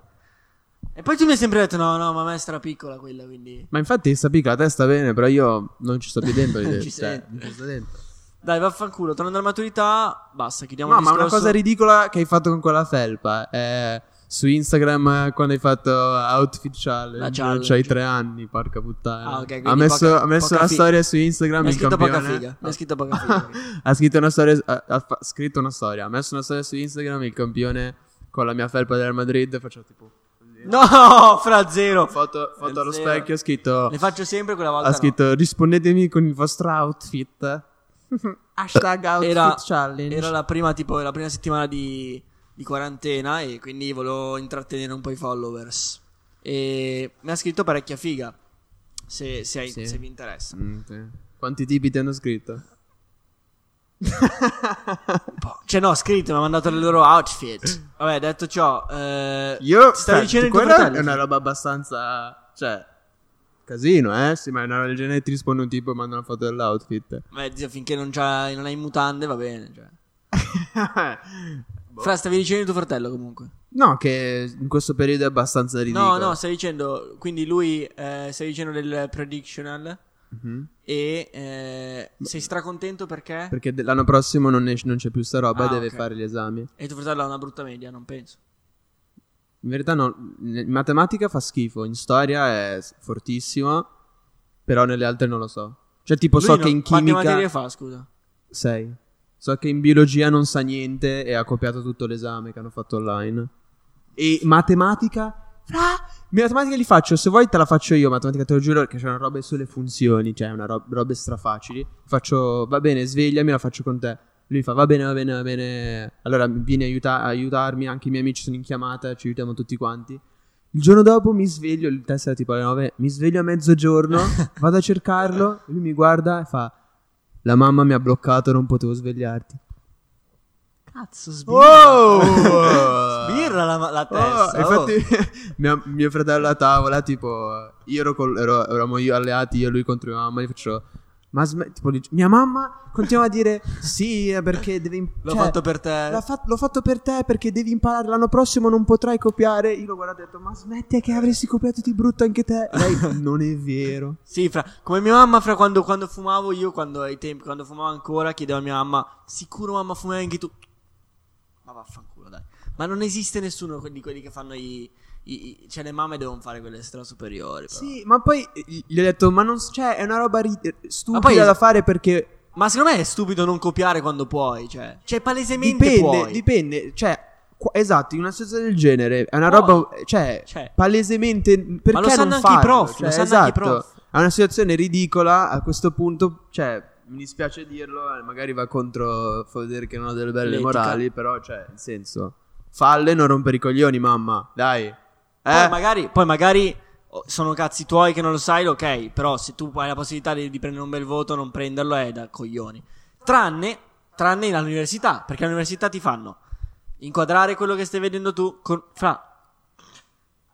[SPEAKER 4] E poi tu mi hai sempre detto, no, no, ma a me è stra piccola quella, quindi...
[SPEAKER 3] Ma infatti sta picca la testa bene, però io non ci sto più dentro.
[SPEAKER 4] Non
[SPEAKER 3] cioè,
[SPEAKER 4] ci sei.
[SPEAKER 3] non ci sto dentro.
[SPEAKER 4] Dai, vaffanculo, tornando alla maturità, basta, chiudiamo
[SPEAKER 3] No,
[SPEAKER 4] il
[SPEAKER 3] ma
[SPEAKER 4] discorso.
[SPEAKER 3] una cosa ridicola che hai fatto con quella felpa eh, su Instagram eh, quando hai fatto outfit challenge.
[SPEAKER 4] La challenge.
[SPEAKER 3] C'hai tre anni, porca puttana.
[SPEAKER 4] Ah, ok, quindi
[SPEAKER 3] ha messo,
[SPEAKER 4] poca-
[SPEAKER 3] ha messo
[SPEAKER 4] poca
[SPEAKER 3] una
[SPEAKER 4] fi-
[SPEAKER 3] storia su Instagram.
[SPEAKER 4] Mi ha
[SPEAKER 3] il
[SPEAKER 4] scritto poca
[SPEAKER 3] campione.
[SPEAKER 4] figa, mi ha scritto poca figa.
[SPEAKER 3] ha scritto una storia. Ha, ha fa- scritto una storia. Ha messo una storia su Instagram. Il campione con la mia felpa del Real Madrid. Faccio tipo.
[SPEAKER 4] no, fra zero.
[SPEAKER 3] Foto, foto
[SPEAKER 4] Del
[SPEAKER 3] allo
[SPEAKER 4] zero.
[SPEAKER 3] specchio. Ha scritto.
[SPEAKER 4] Le faccio sempre quella volta
[SPEAKER 3] Ha
[SPEAKER 4] no.
[SPEAKER 3] scritto rispondetemi con il vostro outfit. Hashtag outfit
[SPEAKER 4] Era,
[SPEAKER 3] challenge.
[SPEAKER 4] era la prima, tipo, la prima settimana di, di quarantena e quindi volevo intrattenere un po' i followers. E mi ha scritto parecchia figa, se, se hai-
[SPEAKER 3] Sì.
[SPEAKER 4] se vi interessa.
[SPEAKER 3] Mm, sì. Quanti tipi ti hanno scritto?
[SPEAKER 4] Po- Cioè, no, scritto, mi ha mandato le loro outfit. Vabbè, detto ciò, eh,
[SPEAKER 3] Io
[SPEAKER 4] ti stavo
[SPEAKER 3] senti,
[SPEAKER 4] dicendo il tuo
[SPEAKER 3] quella
[SPEAKER 4] fratello.
[SPEAKER 3] è una roba abbastanza. Cioè. Casino, eh? Sì, ma è una roba del genere. Ti risponde un tipo e manda una foto dell'outfit.
[SPEAKER 4] Beh, zio, finché non, c'hai- non hai mutande va bene. Cioè.
[SPEAKER 3] Boh.
[SPEAKER 4] Fra, stavi dicendo di tuo fratello comunque.
[SPEAKER 3] no, che in questo periodo è abbastanza ridicolo.
[SPEAKER 4] No, no, stai dicendo, quindi lui, eh, stai dicendo del predictional
[SPEAKER 3] Mhm.
[SPEAKER 4] e eh, sei stracontento perché?
[SPEAKER 3] Perché de- l'anno prossimo non, esce- non c'è più sta roba.
[SPEAKER 4] Ah,
[SPEAKER 3] deve
[SPEAKER 4] ok.
[SPEAKER 3] fare gli esami.
[SPEAKER 4] E tuo fratello ha una brutta media, non penso.
[SPEAKER 3] In verità, no. In matematica fa schifo. In storia è s- fortissima. Però nelle altre non lo so. Cioè, tipo,
[SPEAKER 4] Lui
[SPEAKER 3] so
[SPEAKER 4] no-
[SPEAKER 3] che in
[SPEAKER 4] Quante
[SPEAKER 3] chimica.
[SPEAKER 4] materie fa, scusa?
[SPEAKER 3] 6. So che in biologia non sa niente e ha copiato tutto l'esame che hanno fatto online. E matematica? Fra! Matematica li faccio, se vuoi te la faccio io, matematica te lo giuro che c'erano robe sulle funzioni, cioè una ro- robe strafacili. Faccio, va bene, svegliami, la faccio con te. Lui fa, va bene, va bene, va bene. Allora vieni a aiutarmi, anche i miei amici sono in chiamata, ci aiutiamo tutti quanti. Il giorno dopo mi sveglio, il test era tipo alle 9, mi sveglio a mezzogiorno, vado a cercarlo, lui mi guarda e fa la mamma mi ha bloccato, non potevo svegliarti.
[SPEAKER 4] Cazzo,
[SPEAKER 3] Oh!
[SPEAKER 4] sbirra la,
[SPEAKER 3] Oh,
[SPEAKER 4] la testa. oh.
[SPEAKER 3] infatti mia- mio fratello a tavola tipo io ero col- ero- eravamo io alleati io e lui contro mia mamma gli faccio ma sm- tipo, dice- mia mamma continua a dire sì eh, perché devi im-
[SPEAKER 4] L'ho
[SPEAKER 3] cioè,
[SPEAKER 4] fatto per te.
[SPEAKER 3] l'ha fa- l'ho fatto per te perché devi imparare l'anno prossimo non potrai copiare io l'ho guardato e ho detto ma smetti che avresti copiato di brutto anche te lei non è vero
[SPEAKER 4] Sì, fra, come mia mamma, fra quando, quando fumavo io, quando ai tempi, quando fumavo ancora, chiedevo a mia mamma, sicuro mamma fumavi anche tu? Ma vaffanculo, dai. Ma non esiste nessuno di quelli che fanno i... i- i- cioè le mamme devono fare quelle stra superiori. però.
[SPEAKER 3] sì ma poi eh, gli ho detto ma non s- cioè è una roba ri- stupida
[SPEAKER 4] poi-
[SPEAKER 3] da fare perché
[SPEAKER 4] Ma secondo me è stupido non copiare quando puoi, cioè... Cioè palesemente
[SPEAKER 3] Dipende,
[SPEAKER 4] puoi.
[SPEAKER 3] dipende, cioè qua- esatto, in una situazione del genere è una
[SPEAKER 4] Poi,
[SPEAKER 3] roba cioè,
[SPEAKER 4] cioè.
[SPEAKER 3] palesemente perché
[SPEAKER 4] lo sanno
[SPEAKER 3] non
[SPEAKER 4] anche i
[SPEAKER 3] farlo?
[SPEAKER 4] prof, lo
[SPEAKER 3] Cioè,
[SPEAKER 4] sanno anche i
[SPEAKER 3] esatto,
[SPEAKER 4] prof.
[SPEAKER 3] È una situazione ridicola a questo punto, cioè mi dispiace dirlo, eh, magari va contro fa vedere che non ho delle belle
[SPEAKER 4] L'etica.
[SPEAKER 3] morali, però cioè, nel senso, falle e non rompere i coglioni, mamma, dai.
[SPEAKER 4] Poi
[SPEAKER 3] Eh?
[SPEAKER 4] magari, poi magari oh, sono cazzi tuoi che non lo sai, ok, però se tu hai la possibilità di, di prendere un bel voto, non prenderlo è da coglioni. Tranne, tranne all'università, perché all'università ti fanno inquadrare quello che stai vedendo tu con- fra...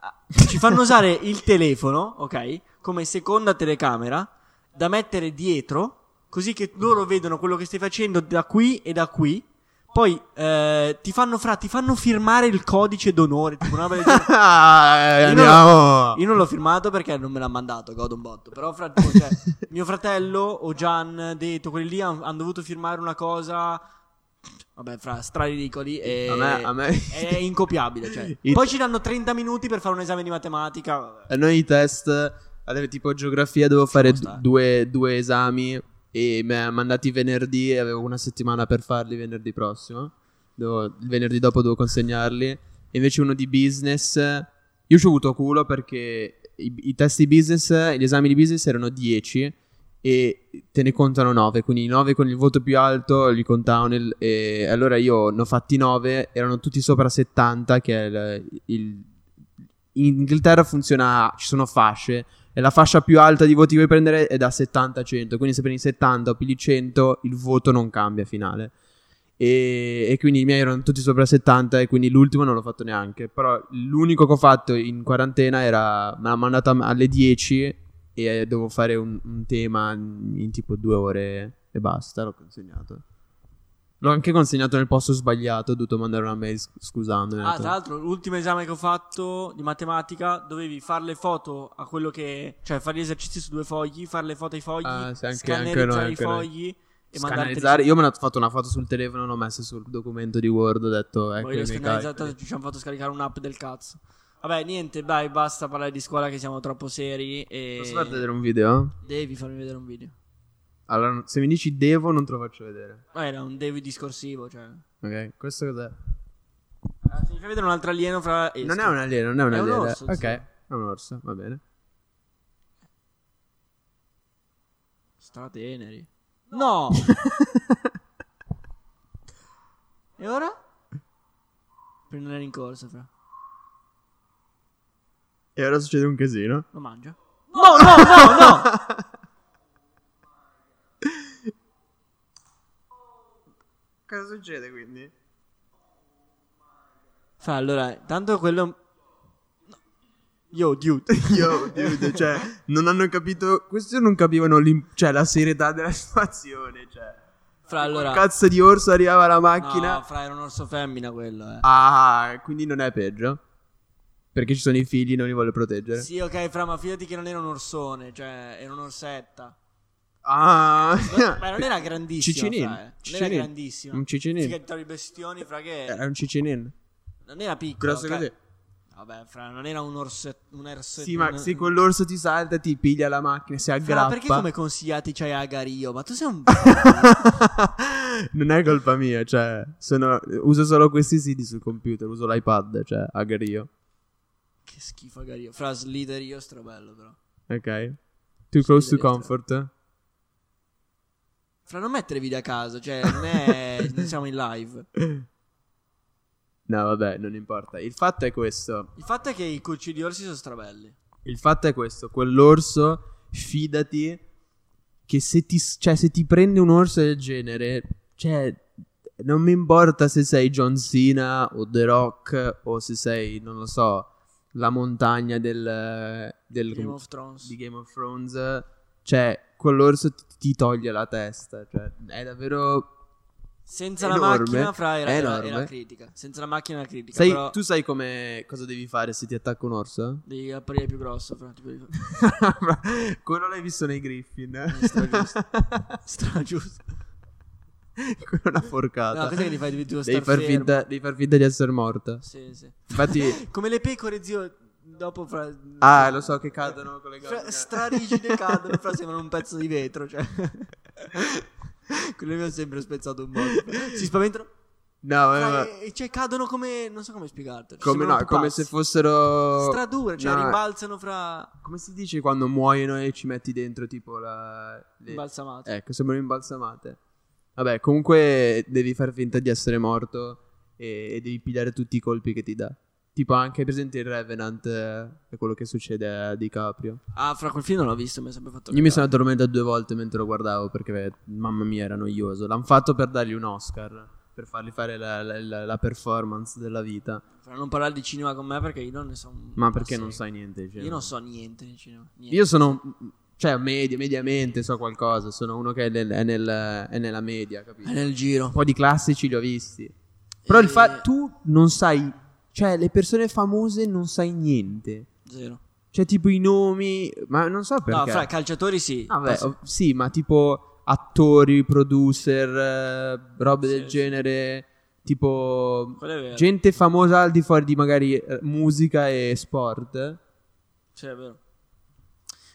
[SPEAKER 4] Ah, Ci fanno usare il telefono, ok, come seconda telecamera da mettere dietro, così che loro vedono quello che stai facendo da qui e da qui. Poi eh, ti fanno fra, ti fanno firmare il codice d'onore, tipo una roba del genere.
[SPEAKER 3] Ah, eh,
[SPEAKER 4] Io non l'ho-
[SPEAKER 3] andiamo.
[SPEAKER 4] Io non l'ho firmato perché non me l'ha mandato, godo un botto. Però fra, tipo, cioè, mio fratello o Gian, detto, quelli lì hanno dovuto firmare una cosa... Vabbè, fra straridicoli e...
[SPEAKER 3] A me- a me-
[SPEAKER 4] È incopiabile, cioè.
[SPEAKER 3] I-
[SPEAKER 4] Poi ci danno 30 minuti per fare un esame di matematica. vabbè.
[SPEAKER 3] A noi i test, ad- tipo geografia, dovevo fare
[SPEAKER 4] stare.
[SPEAKER 3] d- due, due esami e mi ha mandati venerdì e avevo una settimana per farli venerdì prossimo. Dovevo- il venerdì dopo dovevo consegnarli. E invece uno di business, io ci ho avuto culo perché i, i test di business, gli esami di business erano 10 e te ne contano 9, quindi i 9 con il voto più alto li contavano il- e allora io ne ho fatti 9, erano tutti sopra 70 che è il, il- in Inghilterra funziona, ci sono fasce e la fascia più alta di voti che puoi prendere è da 70 a 100, quindi se prendi 70 o più di 100 il voto non cambia finale. E, e quindi i miei erano tutti sopra 70 e quindi l'ultimo non l'ho fatto neanche, però l'unico che ho fatto in quarantena era me l'ha mandata alle 10 e devo fare un, un tema in, in tipo due ore e basta, l'ho consegnato. L'ho anche consegnato nel posto sbagliato, ho dovuto mandare una mail sc- scusandomi. ho
[SPEAKER 4] Ah,
[SPEAKER 3] detto-
[SPEAKER 4] tra l'altro, l'ultimo esame che ho fatto di matematica, dovevi fare le foto a quello che. cioè fare gli esercizi su due fogli, fare le foto ai fogli,
[SPEAKER 3] Ah, sì, anche- anche
[SPEAKER 4] scannerizzare
[SPEAKER 3] noi,
[SPEAKER 4] i
[SPEAKER 3] anche noi.
[SPEAKER 4] fogli e
[SPEAKER 3] Scannerizzare.
[SPEAKER 4] mandarli.
[SPEAKER 3] Io me l'ho fatto una foto sul telefono, l'ho messa sul documento di Word, ho detto ecco
[SPEAKER 4] Poi l'ho
[SPEAKER 3] i miei
[SPEAKER 4] scannerizzata,
[SPEAKER 3] calcoli.
[SPEAKER 4] ci hanno fatto scaricare un'app del cazzo. Vabbè, niente, dai, basta parlare di scuola che siamo troppo seri. E
[SPEAKER 3] Posso farti vedere un video?
[SPEAKER 4] Devi farmi vedere un video.
[SPEAKER 3] Allora, se mi dici devo non te lo faccio vedere.
[SPEAKER 4] Ma era un devi discorsivo, cioè.
[SPEAKER 3] Ok, questo cos'è?
[SPEAKER 4] Ah, se mi fai vedere un altro alieno fra. esco.
[SPEAKER 3] Non è un alieno, non è un
[SPEAKER 4] È un
[SPEAKER 3] alieno.
[SPEAKER 4] orso,
[SPEAKER 3] ok,
[SPEAKER 4] zio.
[SPEAKER 3] è un orso, va bene.
[SPEAKER 4] Strateneri. No! e ora? Per non in corsa, fra.
[SPEAKER 3] E ora succede un casino.
[SPEAKER 4] Lo mangio? No, no, no, no!
[SPEAKER 3] Cosa succede quindi?
[SPEAKER 4] Fra, allora, tanto quello... No. Yo, dude.
[SPEAKER 3] Io, dude, cioè, non hanno capito. Questi non capivano l'im- cioè, la serietà della situazione. Cioè,
[SPEAKER 4] Fra, allora...
[SPEAKER 3] cazzo di orso arrivava la macchina.
[SPEAKER 4] No, fra, era un orso femmina quello, eh.
[SPEAKER 3] Ah, quindi non è peggio. Perché ci sono i figli, non li vuole proteggere.
[SPEAKER 4] Sì, ok, fra, ma fidati che non era un orsone, cioè, era un'orsetta.
[SPEAKER 3] Ah,
[SPEAKER 4] Ma non era grandissima,
[SPEAKER 3] Cicinin.
[SPEAKER 4] fra, eh. Non
[SPEAKER 3] Cicinin.
[SPEAKER 4] era grandissima.
[SPEAKER 3] Un cicinin.
[SPEAKER 4] Figa di Tori bestioni, fra, che...
[SPEAKER 3] Era un cicinin.
[SPEAKER 4] Non era piccola,
[SPEAKER 3] Grosso
[SPEAKER 4] ok?
[SPEAKER 3] così.
[SPEAKER 4] Vabbè, fra, non era un orsetto, un orsetto.
[SPEAKER 3] Sì, ma
[SPEAKER 4] un-
[SPEAKER 3] se quell'orso ti salta, ti piglia la macchina, si
[SPEAKER 4] Fra,
[SPEAKER 3] aggrappa.
[SPEAKER 4] Ah, perché come consigliati c'hai Agario? Ma tu sei un...
[SPEAKER 3] non è colpa mia, cioè, sono- uso solo questi siti sul computer, uso l'iPad, cioè, agario.
[SPEAKER 4] che schifo Agario. Fra, Slither io strabello, però.
[SPEAKER 3] Ok. Too close to
[SPEAKER 4] deve essere.
[SPEAKER 3] comfort.
[SPEAKER 4] Fra non mettere video a caso, cioè non è. non siamo in live.
[SPEAKER 3] No, vabbè, non importa. Il fatto è questo.
[SPEAKER 4] Il fatto è che i cucci di orsi sono strabelli.
[SPEAKER 3] Il fatto è questo. Quell'orso, fidati, che se ti, cioè, se ti prende un orso del genere, cioè, non mi importa se sei John Cena o The Rock o se sei, non lo so, la montagna del... del
[SPEAKER 4] Game of Thrones.
[SPEAKER 3] di Game of Thrones, cioè, quell'orso ti, ti toglie la testa. Cioè, è davvero.
[SPEAKER 4] Senza la
[SPEAKER 3] Enorme.
[SPEAKER 4] macchina, fra era, era, era
[SPEAKER 3] Enorme.
[SPEAKER 4] critica. Senza la macchina era critica.
[SPEAKER 3] Sai-
[SPEAKER 4] però
[SPEAKER 3] Tu sai come cosa devi fare se ti attacca un orso?
[SPEAKER 4] devi apparire più grosso, fra. Tipo,
[SPEAKER 3] Quello l'hai visto nei Griffin.
[SPEAKER 4] stragiusto. stragiusto.
[SPEAKER 3] Quello è una forcata.
[SPEAKER 4] No, cos'è che li fai? Devi- devo
[SPEAKER 3] Esatto. devi,
[SPEAKER 4] star
[SPEAKER 3] far
[SPEAKER 4] fermo.
[SPEAKER 3] finta, devi far finta di essere morta.
[SPEAKER 4] Sì, sì.
[SPEAKER 3] Infatti,
[SPEAKER 4] Come le pecore, zio. Dopo, fra.
[SPEAKER 3] ah, lo so che cadono con le gambe.
[SPEAKER 4] Fra, strarigide cadono, fra sembrano un pezzo di vetro. Cioè. Quello mi ha sempre spezzato un botto. Si spaventano.
[SPEAKER 3] No, vabbè,
[SPEAKER 4] fra,
[SPEAKER 3] vabbè.
[SPEAKER 4] e- cioè, cadono come. Non so come spiegartelo.
[SPEAKER 3] Eh, Come, no,
[SPEAKER 4] sembrano
[SPEAKER 3] è come
[SPEAKER 4] pupazzi.
[SPEAKER 3] se fossero.
[SPEAKER 4] Stradure, cioè
[SPEAKER 3] No, eh.
[SPEAKER 4] rimbalzano fra.
[SPEAKER 3] Come si dice quando muoiono e ci metti dentro tipo la. le-
[SPEAKER 4] Imbalsamate.
[SPEAKER 3] Ecco, sembrano imbalsamate. Vabbè, comunque devi far finta di essere morto e, e devi pigliare tutti i colpi che ti dà. Tipo anche presente il Revenant eh, e quello che succede a DiCaprio.
[SPEAKER 4] Ah, fra quel film non l'ho visto, mi ha sempre fatto.
[SPEAKER 3] Io mi
[SPEAKER 4] cagare.
[SPEAKER 3] sono addormentato due volte mentre lo guardavo perché mamma mia era noioso. L'hanno fatto per dargli un Oscar, per fargli fare la, la- la- la performance della vita.
[SPEAKER 4] Fra non parlare di cinema con me perché io non ne so. un-
[SPEAKER 3] Ma perché
[SPEAKER 4] una
[SPEAKER 3] non
[SPEAKER 4] sega.
[SPEAKER 3] sai niente? cioè?
[SPEAKER 4] Io non so niente di cinema. niente.
[SPEAKER 3] Io sono, cioè, medio, mediamente so qualcosa. Sono uno che è, nel- è nel- è nella media, capito?
[SPEAKER 4] È nel giro.
[SPEAKER 3] Un po' di classici li ho visti. Però il
[SPEAKER 4] E-
[SPEAKER 3] fatto, tu non sai, cioè, le persone famose non sai niente.
[SPEAKER 4] Zero.
[SPEAKER 3] Cioè, tipo i nomi, ma non so perché.
[SPEAKER 4] No, fra calciatori sì.
[SPEAKER 3] Ah, beh,
[SPEAKER 4] Passi-
[SPEAKER 3] ov- sì, ma tipo attori, producer, eh, robe
[SPEAKER 4] Sì,
[SPEAKER 3] del
[SPEAKER 4] sì.
[SPEAKER 3] genere, tipo
[SPEAKER 4] Quello è vero.
[SPEAKER 3] gente famosa al di fuori di magari eh, musica e sport.
[SPEAKER 4] Sì, Cioè, è vero.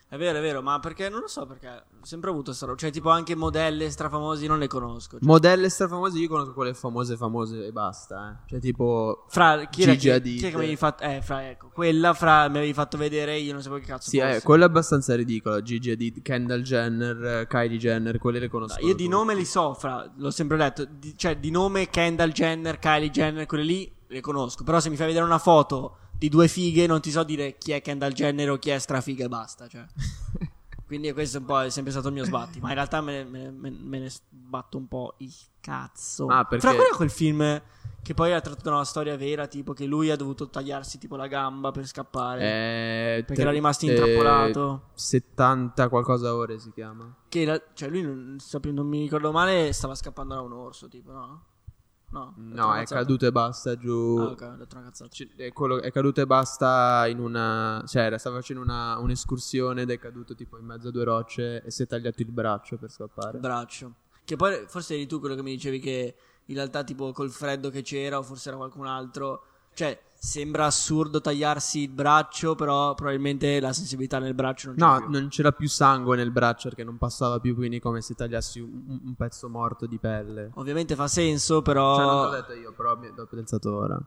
[SPEAKER 4] È vero, è vero, ma perché non lo so perché ho sempre avuto sta roba. Cioè, tipo anche modelle strafamosi non le conosco. Cioè,
[SPEAKER 3] Modelle strafamose, io conosco quelle famose famose e basta, eh. Cioè tipo
[SPEAKER 4] fra chi era
[SPEAKER 3] Gigi
[SPEAKER 4] che,
[SPEAKER 3] Hadid.
[SPEAKER 4] chi è che mi avevi fatto eh, fra ecco, quella fra mi avevi fatto vedere io non sapevo che cazzo
[SPEAKER 3] Sì, eh,
[SPEAKER 4] fosse.
[SPEAKER 3] quello è abbastanza ridicolo, Gigi Hadid, Kendall Jenner, eh, Kylie Jenner, quelle le
[SPEAKER 4] No,
[SPEAKER 3] conosco.
[SPEAKER 4] io di nome li so, fra, l'ho sempre detto, di- cioè di nome Kendall Jenner, Kylie Jenner, quelle lì le conosco, però se mi fai vedere una foto di due fighe non ti so dire chi è Kendall Jenner o chi è strafiga e basta, cioè. Quindi questo è un po' è sempre stato il mio sbatti, ma in realtà me ne, me ne- me ne- me ne sbatto un po' il cazzo.
[SPEAKER 3] Ah, perché-
[SPEAKER 4] Fra quello è quel film che poi ha tratto una storia vera, tipo che lui ha dovuto tagliarsi tipo la gamba per scappare,
[SPEAKER 3] Eh.
[SPEAKER 4] perché era rimasto intrappolato.
[SPEAKER 3] 70 qualcosa ore si chiama.
[SPEAKER 4] Che la- cioè lui, non, se non mi ricordo male, stava scappando da un orso, tipo, no? No, ho detto
[SPEAKER 3] No,
[SPEAKER 4] una
[SPEAKER 3] è
[SPEAKER 4] cazzata.
[SPEAKER 3] caduto e basta giù.
[SPEAKER 4] Ah, ok, ho detto una cazzata.
[SPEAKER 3] C- è, quello- è caduto e basta in una. Cioè, era- stava facendo una, un'escursione ed è caduto tipo in mezzo a due rocce e si è tagliato il braccio per scappare.
[SPEAKER 4] Braccio. Che poi forse eri tu quello che mi dicevi che in realtà tipo col freddo che c'era o forse era qualcun altro. Cioè, sembra assurdo tagliarsi il braccio, però probabilmente la sensibilità nel braccio non c'è
[SPEAKER 3] no,
[SPEAKER 4] più.
[SPEAKER 3] non c'era più sangue nel braccio perché non passava più, quindi come se tagliassi un, un pezzo morto di pelle.
[SPEAKER 4] Ovviamente fa senso,
[SPEAKER 3] Cioè, non
[SPEAKER 4] però...
[SPEAKER 3] l'ho detto io, però mi l'ho pensato ora.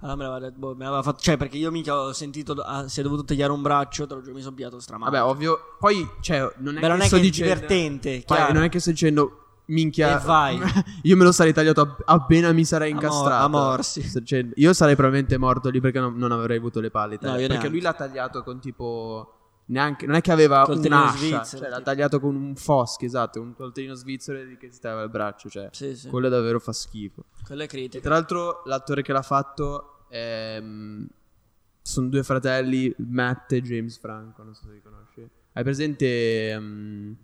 [SPEAKER 4] Allora me l'aveva detto, boh, me l'aveva fatto... Cioè, perché io mica ho sentito... ah, si è dovuto tagliare un braccio, te lo giuro, mi sono piato stramale.
[SPEAKER 3] Vabbè, ovvio. Poi, cioè, non è
[SPEAKER 4] Beh,
[SPEAKER 3] che
[SPEAKER 4] non è
[SPEAKER 3] sto
[SPEAKER 4] che è
[SPEAKER 3] dicendo-
[SPEAKER 4] divertente,
[SPEAKER 3] Poi
[SPEAKER 4] chiaro.
[SPEAKER 3] non è che sto dicendo minchia.
[SPEAKER 4] E vai.
[SPEAKER 3] Io me lo sarei tagliato app- appena mi sarei
[SPEAKER 4] A mor-
[SPEAKER 3] incastrato.
[SPEAKER 4] a morsi.
[SPEAKER 3] Cioè, io sarei probabilmente morto lì perché non, non avrei avuto le palle.
[SPEAKER 4] No, io
[SPEAKER 3] perché
[SPEAKER 4] neanche.
[SPEAKER 3] lui l'ha tagliato con tipo. Neanche, non è che aveva
[SPEAKER 4] Col
[SPEAKER 3] un
[SPEAKER 4] telino
[SPEAKER 3] ascia,
[SPEAKER 4] svizzero,
[SPEAKER 3] cioè, l'ha
[SPEAKER 4] tipo.
[SPEAKER 3] tagliato con un foschi, esatto, un coltellino svizzero di che si stava al braccio, cioè,
[SPEAKER 4] Sì, sì.
[SPEAKER 3] quello davvero fa schifo.
[SPEAKER 4] Quella è
[SPEAKER 3] E
[SPEAKER 4] critica.
[SPEAKER 3] tra l'altro l'attore che l'ha fatto ehm, sono due fratelli, Matt e James Franco, non so se li conosci. Hai presente ehm,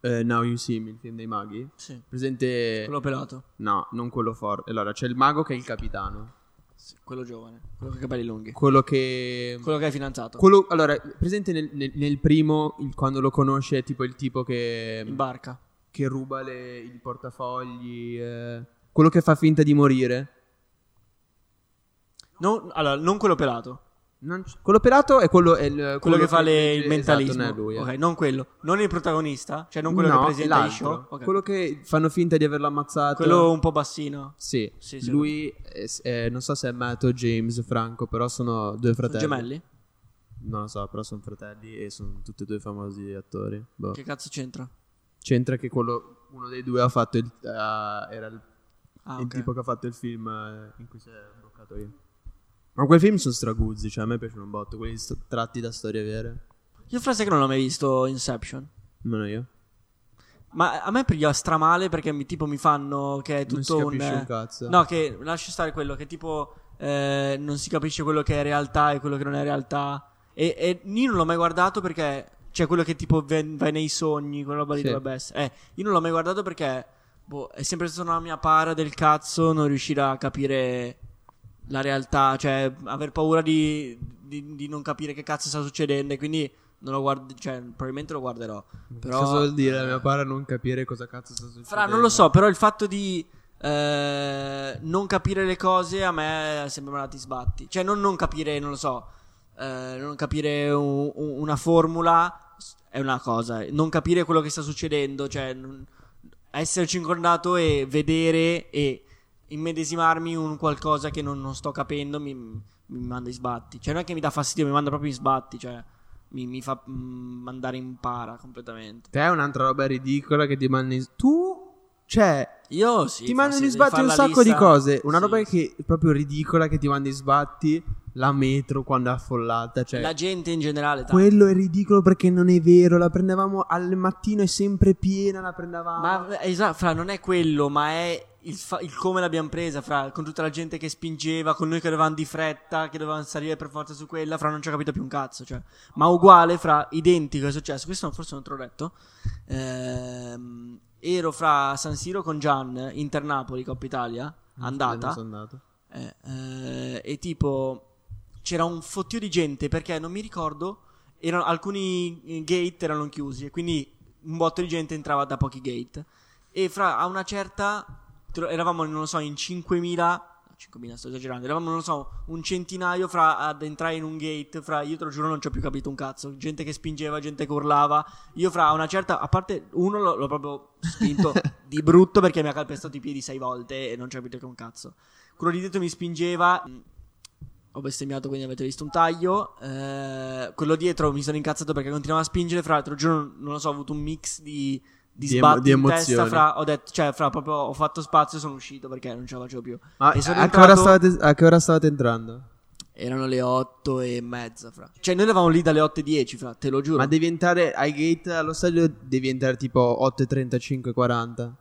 [SPEAKER 3] eh, Now You See Me, il film dei maghi?
[SPEAKER 4] Sì.
[SPEAKER 3] Presente...
[SPEAKER 4] Quello pelato.
[SPEAKER 3] No, non quello forte. Allora, c'è il mago che è il capitano.
[SPEAKER 4] Sì, quello giovane. Quello con i capelli lunghi.
[SPEAKER 3] Quello che...
[SPEAKER 4] Quello che hai fidanzato.
[SPEAKER 3] quello- allora, presente nel, nel- nel primo, il- quando lo conosce, è tipo il tipo che...
[SPEAKER 4] In barca.
[SPEAKER 3] che ruba le- il portafogli. eh, quello che fa finta di morire.
[SPEAKER 4] Non- allora, non quello pelato.
[SPEAKER 3] Non c- quello pelato è quello, è il- quello,
[SPEAKER 4] Quello, che fa le-
[SPEAKER 3] esatto,
[SPEAKER 4] il mentalismo.
[SPEAKER 3] non è lui, eh.
[SPEAKER 4] ok, non quello. Non il protagonista. Cioè, non quello
[SPEAKER 3] No,
[SPEAKER 4] che presenta il
[SPEAKER 3] l'altro.
[SPEAKER 4] show. ok.
[SPEAKER 3] Quello che fanno finta di averlo ammazzato.
[SPEAKER 4] Quello un po' bassino.
[SPEAKER 3] Sì,
[SPEAKER 4] Sì, sì,
[SPEAKER 3] lui, è- è- non so se è Matt o James o Franco, però sono due
[SPEAKER 4] Sono
[SPEAKER 3] fratelli.
[SPEAKER 4] gemelli?
[SPEAKER 3] Non lo so, però sono fratelli e sono tutti e due famosi attori. Boh.
[SPEAKER 4] Che cazzo c'entra?
[SPEAKER 3] C'entra che quello, uno dei due ha fatto il, ah, era il
[SPEAKER 4] Ah,
[SPEAKER 3] il
[SPEAKER 4] ok.
[SPEAKER 3] tipo che ha fatto il film eh, in cui si è bloccato io. Ma quei film sono straguzzi, cioè a me piacciono un botto, quelli sto- tratti da storie vere.
[SPEAKER 4] Io forse che non l'ho mai visto Inception.
[SPEAKER 3] Non io.
[SPEAKER 4] Ma a me piglia stramale perché mi, tipo mi fanno che è
[SPEAKER 3] Non si
[SPEAKER 4] tutto un...
[SPEAKER 3] capisce un cazzo.
[SPEAKER 4] No, che lascia stare quello che tipo eh, non si capisce quello che è realtà e quello che non è realtà. E, e lì non l'ho mai guardato perché c'è quello che tipo ven- vai nei sogni, quella roba lì
[SPEAKER 3] Sì.
[SPEAKER 4] dovrebbe essere. Eh, io non l'ho mai guardato perché boh, è sempre stata una mia para del cazzo non riuscire a capire la realtà, cioè aver paura di, di- di non capire che cazzo sta succedendo e quindi non lo guardo, cioè probabilmente lo guarderò. Però...
[SPEAKER 3] Cosa vuol dire a mia pare non capire cosa cazzo sta succedendo?
[SPEAKER 4] Fra, non lo so, però il fatto di eh, non capire le cose a me eh, sembra una ti sbatti. Cioè, non, non capire, non lo so, eh, non capire un- un- una formula s- è una cosa, non capire quello che sta succedendo, cioè non- essere circondato e vedere e immedesimarmi in un qualcosa che non, non sto capendo mi, mi manda in sbatti. Cioè, non è che mi dà fastidio, mi manda proprio in sbatti, cioè mi, mi fa mm, mandare in para completamente.
[SPEAKER 3] Te è un'altra roba ridicola che ti manda in... Tu... Cioè,
[SPEAKER 4] Io sì.
[SPEAKER 3] ti
[SPEAKER 4] fa-
[SPEAKER 3] mandano
[SPEAKER 4] se
[SPEAKER 3] in
[SPEAKER 4] devi
[SPEAKER 3] sbatti
[SPEAKER 4] fare
[SPEAKER 3] un
[SPEAKER 4] la
[SPEAKER 3] sacco di
[SPEAKER 4] lista-
[SPEAKER 3] cose. Una
[SPEAKER 4] sì.
[SPEAKER 3] roba che è proprio ridicola che ti manda in sbatti la metro quando è affollata. Cioè,
[SPEAKER 4] La gente in generale. tanto.
[SPEAKER 3] quello è ridicolo perché non è vero. La prendevamo al mattino è sempre piena, la prendevamo.
[SPEAKER 4] Ma esatto, fra non è quello, ma è il, fa- il come l'abbiamo presa, fra con tutta la gente che spingeva, con noi che eravamo di fretta, che dovevamo salire per forza su quella, fra non ci ho capito più un cazzo, cioè. Ma uguale, fra identico è successo, questo non- forse non te l'ho detto. Ehm, ero fra San Siro con Gian, Inter Napoli, Coppa Italia,
[SPEAKER 3] Mm,
[SPEAKER 4] andata.
[SPEAKER 3] Sono andato.
[SPEAKER 4] Eh, eh, e tipo c'era un fottio di gente perché non mi ricordo, erano- alcuni eh, gate erano chiusi e quindi un botto di gente entrava da pochi gate. E fra a una certa tro- eravamo, non lo so, in 5.000. no, 5.000, sto esagerando. Eravamo, non lo so, un centinaio fra ad entrare in un gate. Fra, io te lo giuro, non ci ho più capito un cazzo. Gente che spingeva, gente che urlava. Io, fra a una certa. A parte uno, l'ho, l'ho proprio spinto di brutto perché mi ha calpestato i piedi sei volte e non ci ho capito che un cazzo. Quello lì dietro mi spingeva. mm, Ho bestemmiato, quindi avete visto un taglio. eh, quello dietro mi sono incazzato perché continuava a spingere. Fra l'altro, giuro, non lo so, ho avuto un mix di, di
[SPEAKER 3] Di emo-
[SPEAKER 4] sbatti
[SPEAKER 3] di
[SPEAKER 4] in testa.
[SPEAKER 3] emozioni.
[SPEAKER 4] Fra, ho detto, cioè, fra proprio ho fatto spazio e sono uscito perché non ce la facevo più.
[SPEAKER 3] Ma a,
[SPEAKER 4] E sono
[SPEAKER 3] che ora
[SPEAKER 4] entrato-
[SPEAKER 3] stavate, a che ora stavate entrando?
[SPEAKER 4] Erano le 8 e mezza, fra. Cioè, noi eravamo lì dalle 8 e 10, fra, te lo giuro.
[SPEAKER 3] Ma devi entrare ai gate allo stadio, devi entrare tipo 8.35, 40.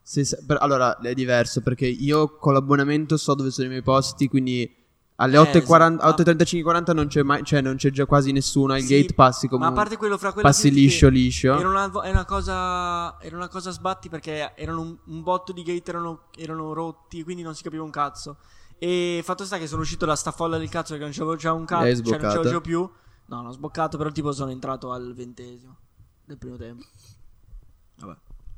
[SPEAKER 3] Se sa- per- allora è diverso perché io con l'abbonamento so dove sono i miei posti, quindi alle
[SPEAKER 4] Eh,
[SPEAKER 3] 8.40,
[SPEAKER 4] esatto.
[SPEAKER 3] 8.35, 40 non c'è mai, cioè non c'è già quasi nessuno. Ai
[SPEAKER 4] Sì,
[SPEAKER 3] gate passi comunque.
[SPEAKER 4] Ma a parte quello, fra quello
[SPEAKER 3] passi
[SPEAKER 4] che-
[SPEAKER 3] liscio,
[SPEAKER 4] che
[SPEAKER 3] liscio.
[SPEAKER 4] Era una, vo- era una cosa. Era una cosa a sbatti perché erano un, un botto di gate, erano, erano rotti, quindi non si capiva un cazzo. E fatto sta che sono uscito da sta folla del cazzo perché non c'avevo già un
[SPEAKER 3] L'hai
[SPEAKER 4] cazzo. Cioè, non
[SPEAKER 3] sboccata?
[SPEAKER 4] c'avevo già più. No, non ho sboccato, però tipo sono entrato al ventesimo del primo tempo. Vabbè.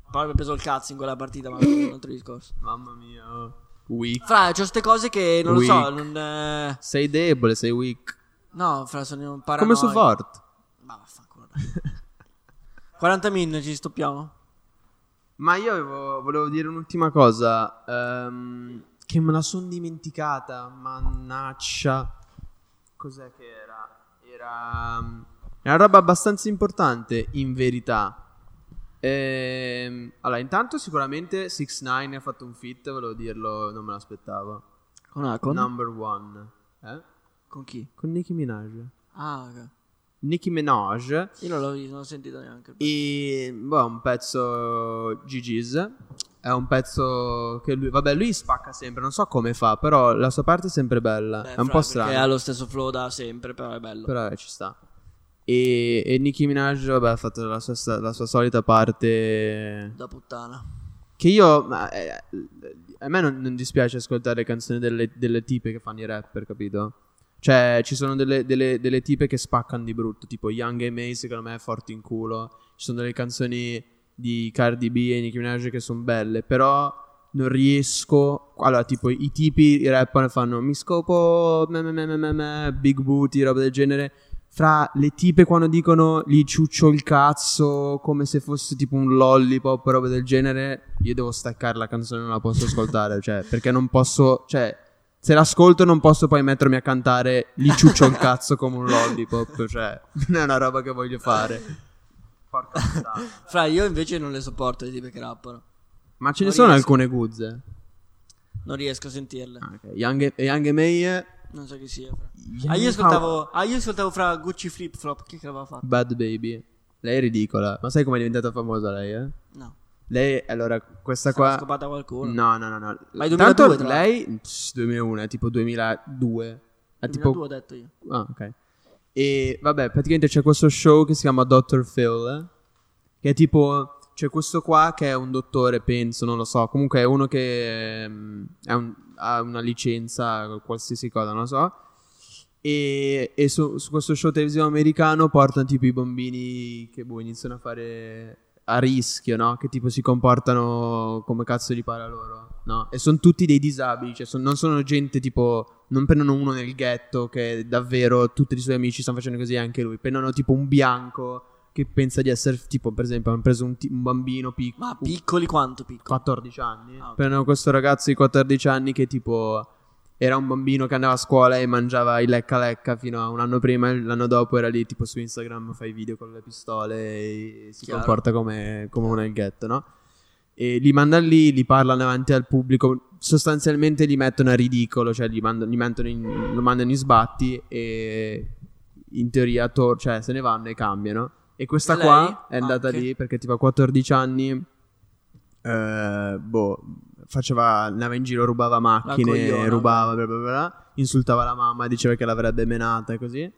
[SPEAKER 4] Poi mi ha preso il cazzo in quella partita, ma è un altro discorso.
[SPEAKER 3] Mamma mia. oh. Weak.
[SPEAKER 4] Fra, c'ho ste cose che non lo so,
[SPEAKER 3] Weak.
[SPEAKER 4] non. eh,
[SPEAKER 3] Sei debole, sei weak.
[SPEAKER 4] No, fra sono un
[SPEAKER 3] Come
[SPEAKER 4] paranoico.
[SPEAKER 3] su Fort.
[SPEAKER 4] Ma vaffanculo. dai. 40 min ci stoppiamo?
[SPEAKER 3] Ma io avevo- volevo dire un'ultima cosa. ehm, che me la sono dimenticata. Mannaccia. Cos'è che era? Era. mm, è una roba abbastanza importante, in verità. Ehm, allora, intanto sicuramente 6 9 ha fatto un fit, volevo dirlo, non me l'aspettavo.
[SPEAKER 4] Con Akon?
[SPEAKER 3] Number one. Eh?
[SPEAKER 4] Con chi?
[SPEAKER 3] Con Nicki Minaj.
[SPEAKER 4] Ah, ok.
[SPEAKER 3] Nicki Minaj.
[SPEAKER 4] Io non l'ho, non l'ho sentito neanche.
[SPEAKER 3] E boh, è un pezzo GG's. È un pezzo che lui. Vabbè, lui spacca sempre. Non so come fa, però la sua parte è sempre bella.
[SPEAKER 4] Beh,
[SPEAKER 3] è un
[SPEAKER 4] fra,
[SPEAKER 3] po'
[SPEAKER 4] Perché
[SPEAKER 3] strana.
[SPEAKER 4] ha lo stesso flow da sempre, però è bello.
[SPEAKER 3] Però eh, ci sta. E, e Nicki Minaj, vabbè, ha fatto la sua, sta- la sua solita parte.
[SPEAKER 4] Da puttana.
[SPEAKER 3] Che io. ma, eh, a me non, non dispiace ascoltare canzoni delle, delle tipe che fanno i rapper, capito? Cioè, ci sono delle, delle- delle tipe che spaccano di brutto, tipo Young e May, secondo me è forte in culo. Ci sono delle canzoni di Cardi B e Nicki Minaj che sono belle, però non riesco. Allora, tipo, i tipi rappano e fanno mi scopo, me, me, me, me, me, me", big booty, roba del genere. Fra le tipe quando dicono gli ciuccio il cazzo come se fosse tipo un lollipop, roba del genere, io devo staccare la canzone, non la posso ascoltare, cioè, perché non posso, cioè, se l'ascolto non posso poi mettermi a cantare gli ciuccio il cazzo come un lollipop, cioè, non è una roba che voglio fare.
[SPEAKER 4] Fra, io invece non le sopporto i tipi che rappano.
[SPEAKER 3] Ma ce ne
[SPEAKER 4] Non
[SPEAKER 3] sono
[SPEAKER 4] riesco.
[SPEAKER 3] alcune guzze.
[SPEAKER 4] Non riesco a sentirle.
[SPEAKER 3] Ah, ok. Young, e Young May
[SPEAKER 4] Non so chi sia. fra. Ah, io ascoltavo, ah, io ascoltavo fra Gucci Flip Flop. Chi che l'aveva fatto?
[SPEAKER 3] Bad Baby. Lei è ridicola. Ma sai com'è diventata famosa lei, eh?
[SPEAKER 4] No.
[SPEAKER 3] Lei, allora, questa
[SPEAKER 4] Qua...
[SPEAKER 3] qua...
[SPEAKER 4] scopata qualcuno.
[SPEAKER 3] No, no, no, no.
[SPEAKER 4] Ma è 2002,
[SPEAKER 3] Tanto
[SPEAKER 4] tra l'altro.
[SPEAKER 3] lei... pss, 2001, è tipo 2002. È
[SPEAKER 4] 2002
[SPEAKER 3] tipo...
[SPEAKER 4] ho detto io.
[SPEAKER 3] Ah, ok. E vabbè, praticamente c'è questo show che si chiama Dr. Phil, che è tipo... C'è questo qua che è un dottore, penso, non lo so. Comunque è uno che ehm, è un- ha una licenza, qualsiasi cosa, non lo so. E, e su, su questo show televisivo americano portano tipo i bambini che boh, iniziano a fare a rischio, no? Che tipo si comportano come cazzo gli pare a loro, no? E sono tutti dei disabili, cioè son- non sono gente tipo... Non prendono uno nel ghetto che davvero tutti i suoi amici stanno facendo così anche lui. Prendono tipo un bianco che pensa di essere tipo, per esempio, hanno preso un, ti- un bambino piccolo.
[SPEAKER 4] Ma piccoli quanto piccoli?
[SPEAKER 3] 14 anni.
[SPEAKER 4] Ah, ok.
[SPEAKER 3] Prendono questo ragazzo di 14 anni che tipo era un bambino che andava a scuola e mangiava i lecca lecca fino a un anno prima e l'anno dopo era lì tipo su Instagram fa i video con le pistole e si
[SPEAKER 4] Chiaro.
[SPEAKER 3] comporta come, come un elghetto, no? E li mandano lì, li parlano davanti al pubblico, sostanzialmente li mettono a ridicolo, cioè li mandano, li mettono in- lo mandano in sbatti e in teoria tor- cioè, se ne vanno e cambiano. E questa
[SPEAKER 4] E lei? Ah,
[SPEAKER 3] qua è andata
[SPEAKER 4] Anche?
[SPEAKER 3] lì perché tipo a 14 anni eh, boh, faceva, andava in giro, rubava macchine,
[SPEAKER 4] cogliona,
[SPEAKER 3] rubava, bla bla bla, insultava la mamma, diceva che l'avrebbe menata e così.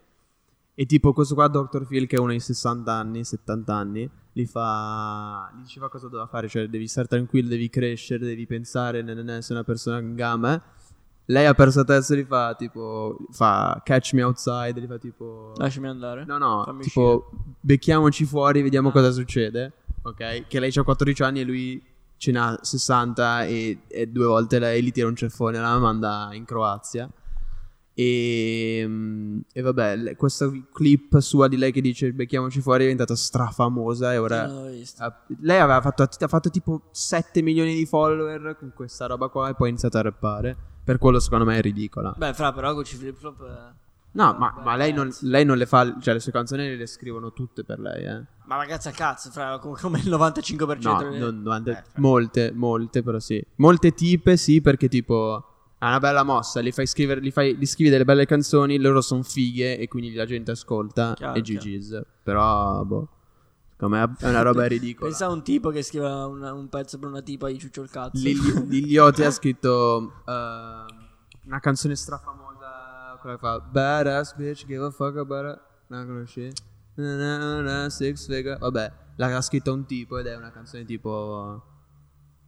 [SPEAKER 3] E tipo questo qua, Dr. Phil, che è uno di 60 anni, 70 anni, gli fa... gli diceva cosa doveva fare, cioè devi stare tranquillo, devi crescere, devi pensare, ne, ne, ne, sei una persona in gamba, eh. Lei ha perso testa e gli fa tipo, fa catch me outside, gli fa tipo...
[SPEAKER 4] Lasciami andare.
[SPEAKER 3] No, no,
[SPEAKER 4] Fammi
[SPEAKER 3] tipo, becchiamoci fuori, vediamo cosa succede. Ok? Che lei ha 14 anni e lui ce n'ha 60 e, e due volte lei gli tira un ceffone e la manda in Croazia. E, mm, e vabbè, le- questa clip sua di lei che dice becchiamoci fuori è diventata strafamosa e ora...
[SPEAKER 4] uscire. Non l'ho visto.
[SPEAKER 3] ha- Lei aveva fatto, ha fatto tipo 7 milioni di follower con questa roba qua e poi ha iniziato a rappare. Per quello secondo me è ridicola.
[SPEAKER 4] Beh, fra però Gucci Flip Flop... eh.
[SPEAKER 3] No, ma, ma lei, non, lei non le fa, cioè le sue canzoni le scrivono tutte per lei, eh.
[SPEAKER 4] Ma ragazzi a cazzo, fra com- come il 95%.
[SPEAKER 3] No,
[SPEAKER 4] delle-
[SPEAKER 3] non- durante-
[SPEAKER 4] Cioè, Eh, fra-
[SPEAKER 3] molte, molte però sì. Molte tipe sì, perché tipo è una bella mossa, li fai scrivere, li fai, li scrivi delle belle canzoni, loro sono fighe e quindi la gente ascolta
[SPEAKER 4] Chiaro,
[SPEAKER 3] e
[SPEAKER 4] chiaro.
[SPEAKER 3] GG's. Però, boh, secondo me è una roba ridicola.
[SPEAKER 4] Pensa a un tipo che scrive un, un pezzo per una tipa gli ciuccio il cazzo.
[SPEAKER 3] Lili- Liliotti ha scritto eh, una canzone strafamosa, quella che fa Badass bitch, give a fuck about it. Non la conosci? Na na na, six figure. Vabbè, l'ha scritta un tipo ed è una canzone tipo...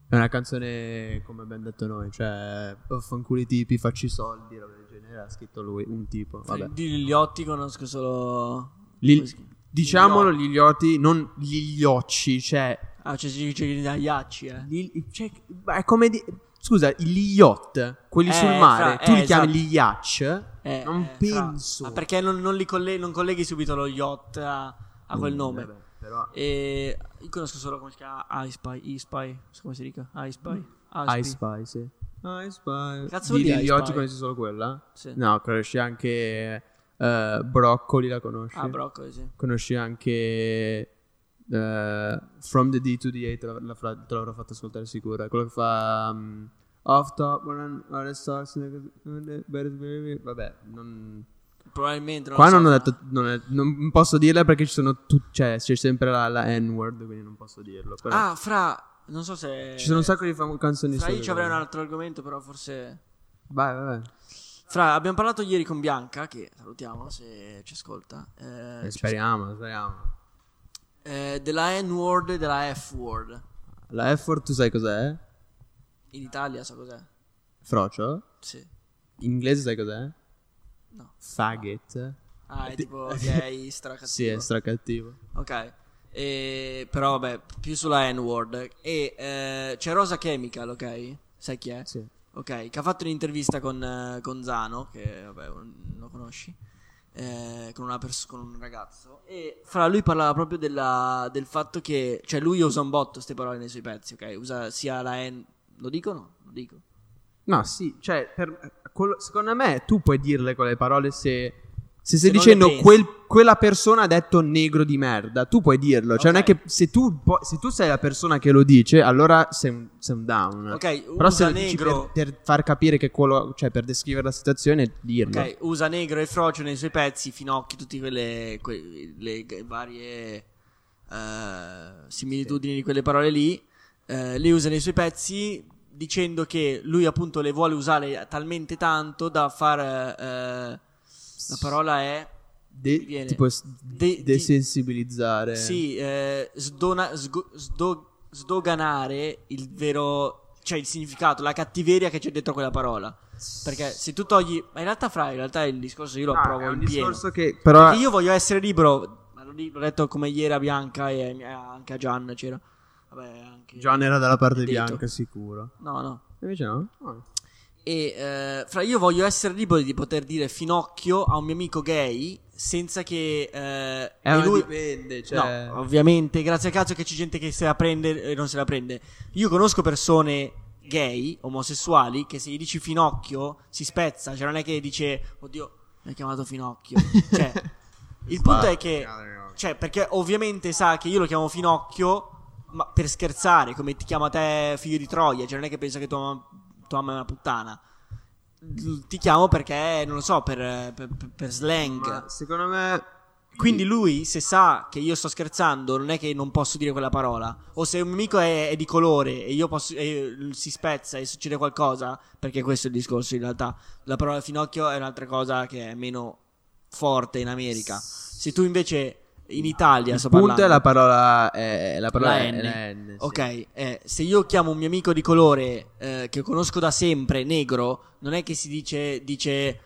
[SPEAKER 3] È una canzone, come abbiamo detto noi, cioè... Vaffanculo i tipi, facci i soldi, roba del genere. Ha scritto lui, un tipo,
[SPEAKER 4] Fra-
[SPEAKER 3] vabbè.
[SPEAKER 4] Di Liliotti conosco solo...
[SPEAKER 3] Lil-
[SPEAKER 4] come si chiama?
[SPEAKER 3] diciamolo, Liliotti, non Ligliocci, cioè...
[SPEAKER 4] Ah, c'è c'è- c'è gli Iacci, eh.
[SPEAKER 3] Gli- cioè, ma è come di- Scusa, gli yacht, quelli
[SPEAKER 4] Eh,
[SPEAKER 3] sul mare,
[SPEAKER 4] fra-
[SPEAKER 3] tu li
[SPEAKER 4] eh,
[SPEAKER 3] chiami
[SPEAKER 4] esatto.
[SPEAKER 3] gli yacht?
[SPEAKER 4] Eh,
[SPEAKER 3] non
[SPEAKER 4] eh, fra-
[SPEAKER 3] penso.
[SPEAKER 4] Ma perché non, non li colle- non colleghi subito lo yacht a, a
[SPEAKER 3] Mm,
[SPEAKER 4] quel nome?
[SPEAKER 3] Vabbè, però-
[SPEAKER 4] E io conosco solo come si chiama Ispy, Ispy, non so come si dica?
[SPEAKER 3] Mm.
[SPEAKER 4] Ispy,
[SPEAKER 3] I Spy, sì. I Spy.
[SPEAKER 4] Cazzo vuol dire
[SPEAKER 3] Gli
[SPEAKER 4] I
[SPEAKER 3] yacht
[SPEAKER 4] Spy?
[SPEAKER 3] conosci solo quella?
[SPEAKER 4] Sì.
[SPEAKER 3] No, conosci anche eh, Broccoli, la conosci?
[SPEAKER 4] Ah, broccoli, sì.
[SPEAKER 3] conosci anche eh, From the D to the A, te, la- la fra- te l'avrò fatto ascoltare sicura. Quello che fa mm, Off Top, when I'm- are the stars, vabbè, non...
[SPEAKER 4] Probabilmente non
[SPEAKER 3] Qua
[SPEAKER 4] lo so,
[SPEAKER 3] non ho
[SPEAKER 4] ma-
[SPEAKER 3] detto, non, è- non posso dirla perché ci sono tu- cioè, c'è sempre la, la N-word, quindi non posso dirlo. Però
[SPEAKER 4] Ah, fra non so se
[SPEAKER 3] ci sono un sacco di fam- canzoni
[SPEAKER 4] Fra io
[SPEAKER 3] sue
[SPEAKER 4] ci avrei un
[SPEAKER 3] che-
[SPEAKER 4] altro argomento, però forse
[SPEAKER 3] Vai, vai, vai.
[SPEAKER 4] Fra abbiamo parlato ieri con Bianca che salutiamo se ci ascolta. eh,
[SPEAKER 3] Eh, speriamo, speriamo.
[SPEAKER 4] eh, della N word e della F word.
[SPEAKER 3] La F-word tu sai cos'è?
[SPEAKER 4] In Italia so cos'è.
[SPEAKER 3] Frocio?
[SPEAKER 4] Sì.
[SPEAKER 3] In inglese sai cos'è?
[SPEAKER 4] No.
[SPEAKER 3] Faggot.
[SPEAKER 4] Ah, è tipo gay, stracattivo.
[SPEAKER 3] Sì, è stracattivo.
[SPEAKER 4] Ok. E- però vabbè, più sulla N-word. E eh, c'è Rosa Chemical, ok? Sai chi è?
[SPEAKER 3] Sì.
[SPEAKER 4] Ok, che ha fatto un'intervista con eh, Gonzano, che vabbè un- lo conosci, eh, con, una pers- con un ragazzo. E fra lui parlava proprio della- del fatto che, cioè lui usa un botto queste parole nei suoi pezzi, ok? Usa sia la N... Lo dico o no? Lo dico.
[SPEAKER 3] No, sì, cioè, per- quello- secondo me tu puoi dirle quelle parole se, Se stai
[SPEAKER 4] Se non
[SPEAKER 3] dicendo
[SPEAKER 4] le pensi.
[SPEAKER 3] quel- quella persona ha detto negro di merda, tu puoi dirlo. Cioè, non è che
[SPEAKER 4] Ok.
[SPEAKER 3] se tu, po- se tu sei la persona che lo dice, allora sei un, sei un down.
[SPEAKER 4] Ok,
[SPEAKER 3] Eh. Però se
[SPEAKER 4] usa
[SPEAKER 3] lo dici
[SPEAKER 4] negro.
[SPEAKER 3] per, per far capire che quello, cioè per descrivere la situazione, dirlo.
[SPEAKER 4] Ok, usa negro e frocio nei suoi pezzi, finocchi, tutte quelle que- le g- varie eh, similitudini di quelle parole lì. eh, le usa nei suoi pezzi dicendo che lui appunto le vuole usare talmente tanto da far... eh, la parola è... mi
[SPEAKER 3] De-
[SPEAKER 4] viene.
[SPEAKER 3] tipo s-
[SPEAKER 4] De-
[SPEAKER 3] desensibilizzare.
[SPEAKER 4] Sì, eh, sdona- sgo- sdo- sdoganare il vero, cioè il significato, la cattiveria che c'è dentro quella parola. Perché se tu togli, ma in realtà, fra, in realtà il discorso io lo
[SPEAKER 3] Ah,
[SPEAKER 4] approvo
[SPEAKER 3] è un
[SPEAKER 4] in pieno.
[SPEAKER 3] discorso che però
[SPEAKER 4] Perché Io voglio essere libero, ma l'ho, di- l'ho detto come ieri a Bianca e a- anche a Gian c'era. Vabbè, anche...
[SPEAKER 3] John era dalla parte
[SPEAKER 4] Detto.
[SPEAKER 3] bianca sicuro.
[SPEAKER 4] No, no.
[SPEAKER 3] Invece no? No.
[SPEAKER 4] E eh, fra io voglio essere libero di poter dire finocchio a un mio amico gay senza che... eh,
[SPEAKER 3] Eh,
[SPEAKER 4] e
[SPEAKER 3] ma
[SPEAKER 4] lui...
[SPEAKER 3] dipende, cioè-
[SPEAKER 4] No, ovviamente, grazie a cazzo che c'è gente che se la prende e non se la prende. Io conosco persone gay, omosessuali, che se gli dici finocchio si spezza, cioè non è che dice, oddio, mi ha chiamato finocchio. cioè, il punto è che... Cioè, perché ovviamente sa che io lo chiamo finocchio, ma per scherzare, come ti chiama te figlio di Troia, cioè non è che pensa che tua, mam- tua mamma è una puttana. L- Ti chiamo perché, non lo so, per, per- per- per slang.
[SPEAKER 3] Ma secondo me
[SPEAKER 4] Quindi lui, se sa che io sto scherzando, non è che non posso dire quella parola. O se un mio amico è, è di colore e io posso, e l- si spezza e succede qualcosa, perché questo è il discorso in realtà. La parola finocchio è un'altra cosa che è meno forte in America. Se tu invece in Italia
[SPEAKER 3] il
[SPEAKER 4] sto
[SPEAKER 3] punto
[SPEAKER 4] parlando.
[SPEAKER 3] è la parola è è la parola
[SPEAKER 4] La
[SPEAKER 3] è-
[SPEAKER 4] N.
[SPEAKER 3] è la N, sì.
[SPEAKER 4] Ok, eh, se io chiamo un mio amico di colore eh, che conosco da sempre, negro, non è che si dice, dice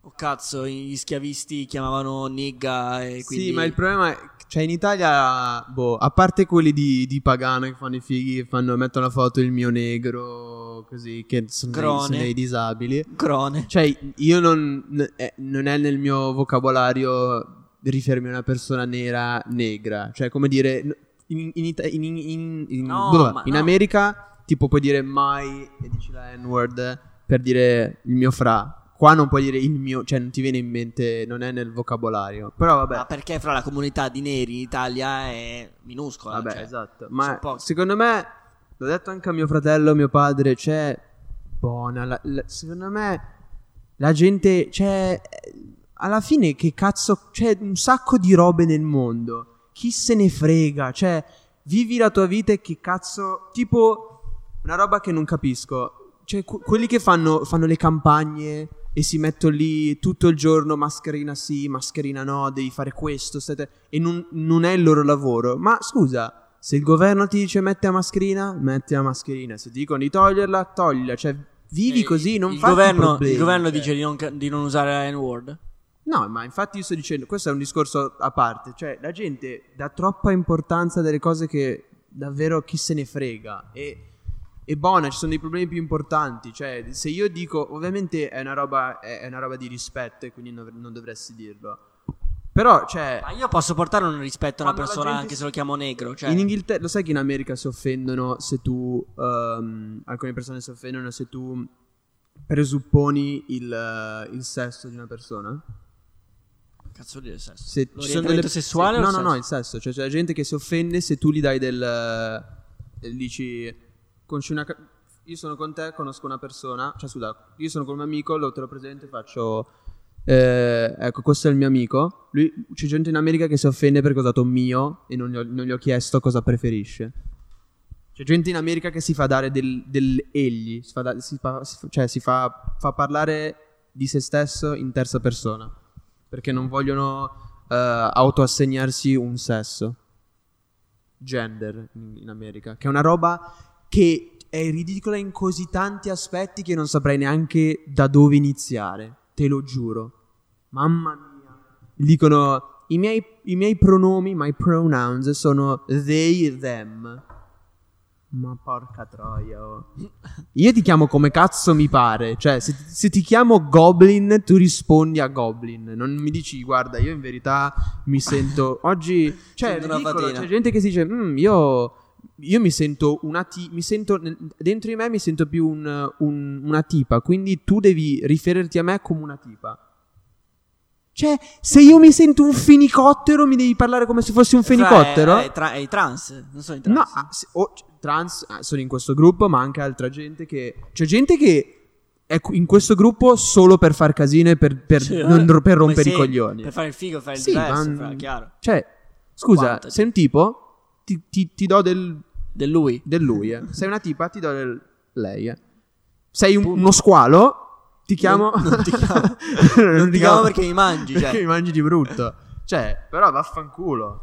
[SPEAKER 4] oh cazzo, gli schiavisti chiamavano nigga e quindi...
[SPEAKER 3] Sì, ma il problema è cioè in Italia boh, a parte quelli di, di Pagano che fanno i fighi, fanno mettono la foto il mio negro così che sono dei-
[SPEAKER 4] Grone.
[SPEAKER 3] sono dei disabili.
[SPEAKER 4] Crone.
[SPEAKER 3] Cioè, io non, n- eh, non è nel mio vocabolario riferirmi a una persona nera negra. Cioè, come dire, n- in, in Ita- in- in- in-
[SPEAKER 4] No,
[SPEAKER 3] blah,
[SPEAKER 4] ma
[SPEAKER 3] in
[SPEAKER 4] no.
[SPEAKER 3] America, tipo, puoi dire mai e dici la N-word per dire il mio fra. Qua non puoi dire il mio, cioè non ti viene in mente, non è nel vocabolario. Però vabbè.
[SPEAKER 4] Ma perché fra la comunità di neri in Italia è minuscola.
[SPEAKER 3] Vabbè,
[SPEAKER 4] cioè,
[SPEAKER 3] esatto.
[SPEAKER 4] sono
[SPEAKER 3] Ma
[SPEAKER 4] pochi.
[SPEAKER 3] secondo me, l'ho detto anche a mio fratello, mio padre, c'è buona. la- la- secondo me, la gente, c'è alla fine che cazzo, c'è un sacco di robe nel mondo. Chi se ne frega? Cioè, vivi la tua vita e che cazzo, tipo una roba che non capisco. Cioè, que- quelli che fanno, fanno le campagne e si mettono lì tutto il giorno, mascherina sì, mascherina no, devi fare questo, stai te- e non, non è il loro lavoro. Ma scusa, se il governo ti dice metti la mascherina, metti la mascherina. Se ti dicono di toglierla, toglila. Cioè, vivi
[SPEAKER 4] eh,
[SPEAKER 3] così, non
[SPEAKER 4] il
[SPEAKER 3] fatti
[SPEAKER 4] governo,
[SPEAKER 3] problemi.
[SPEAKER 4] Il governo
[SPEAKER 3] Cioè.
[SPEAKER 4] dice di non, ca- di non usare la N-word.
[SPEAKER 3] No, ma infatti io sto dicendo, questo è un discorso a parte, cioè la gente dà troppa importanza a delle cose che davvero chi se ne frega e, e buona, ci sono dei problemi più importanti, cioè se io dico, ovviamente è una roba, è è una roba di rispetto e quindi non, non dovresti dirlo, però cioè...
[SPEAKER 4] Ma io posso portare un rispetto a una
[SPEAKER 3] Quando la
[SPEAKER 4] persona
[SPEAKER 3] gente
[SPEAKER 4] anche
[SPEAKER 3] si-
[SPEAKER 4] se lo chiamo negro. Cioè,
[SPEAKER 3] In Inghilterra, lo sai che in America si offendono se tu. ehm, alcune persone si offendono se tu presupponi il, eh, il sesso di una persona?
[SPEAKER 4] cazzo dire il sesso.
[SPEAKER 3] se ci sono
[SPEAKER 4] L'orientamento
[SPEAKER 3] delle-
[SPEAKER 4] sessuale
[SPEAKER 3] se-
[SPEAKER 4] o
[SPEAKER 3] no
[SPEAKER 4] il
[SPEAKER 3] no
[SPEAKER 4] sesso?
[SPEAKER 3] no il sesso cioè c'è la gente che si offende se tu gli dai del eh, dici conosci una ca- io sono con te conosco una persona cioè scusa io sono con un mio amico lo te lo presento e faccio eh, ecco questo è il mio amico Lui, c'è gente in America che si offende perché ho dato mio e non gli ho, non gli ho chiesto cosa preferisce c'è gente in America che si fa dare del, del egli si fa, da- si fa- si fa- cioè si fa, fa parlare di se stesso in terza persona perché non vogliono eh, autoassegnarsi un sesso. Gender in, in America, che è una roba che è ridicola in così tanti aspetti che non saprei neanche da dove iniziare, te lo giuro. Mamma mia. Dicono i miei, i miei pronomi, my pronouns sono they, them. Ma porca troia. oh. Io ti chiamo come cazzo mi pare. Cioè, se, se ti chiamo Goblin, tu rispondi a Goblin. Non mi dici, guarda, io in verità mi sento. Oggi. Cioè, è
[SPEAKER 4] Sento una
[SPEAKER 3] ridicolo,
[SPEAKER 4] fatina.
[SPEAKER 3] c'è gente che si dice, "Mm, io. Io mi sento una ti- mi sento, dentro di me mi sento più un- un- una tipa, quindi tu devi riferirti a me come una tipa. Cioè, se io mi sento un fenicottero, mi devi parlare come se fossi un fenicottero?
[SPEAKER 4] Fra- È, è tra- è i trans, non sono i trans.
[SPEAKER 3] No, ah, sì, o c- trans ah, sono in questo gruppo, ma anche altra gente che... C'è gente che è cu- in questo gruppo solo per far casino e per, per
[SPEAKER 4] Sì, eh,
[SPEAKER 3] non ro- per
[SPEAKER 4] come
[SPEAKER 3] rompere i
[SPEAKER 4] se-
[SPEAKER 3] coglioni.
[SPEAKER 4] Per fare il figo, fare il
[SPEAKER 3] Sì,
[SPEAKER 4] diverso,
[SPEAKER 3] ma-
[SPEAKER 4] fra, chiaro.
[SPEAKER 3] Cioè, scusa,
[SPEAKER 4] Quanto- cioè
[SPEAKER 3] sei un tipo, ti, ti- ti do del,
[SPEAKER 4] Del lui.
[SPEAKER 3] del lui. eh. Sei una tipa, ti do del lei. eh. Sei un-
[SPEAKER 4] Punto.
[SPEAKER 3] uno squalo, ti chiamo...
[SPEAKER 4] Non- non ti chiamo. Non ti chiamo perché mi mangi,
[SPEAKER 3] Perché
[SPEAKER 4] cioè.
[SPEAKER 3] mi mangi di brutto. Cioè, però vaffanculo.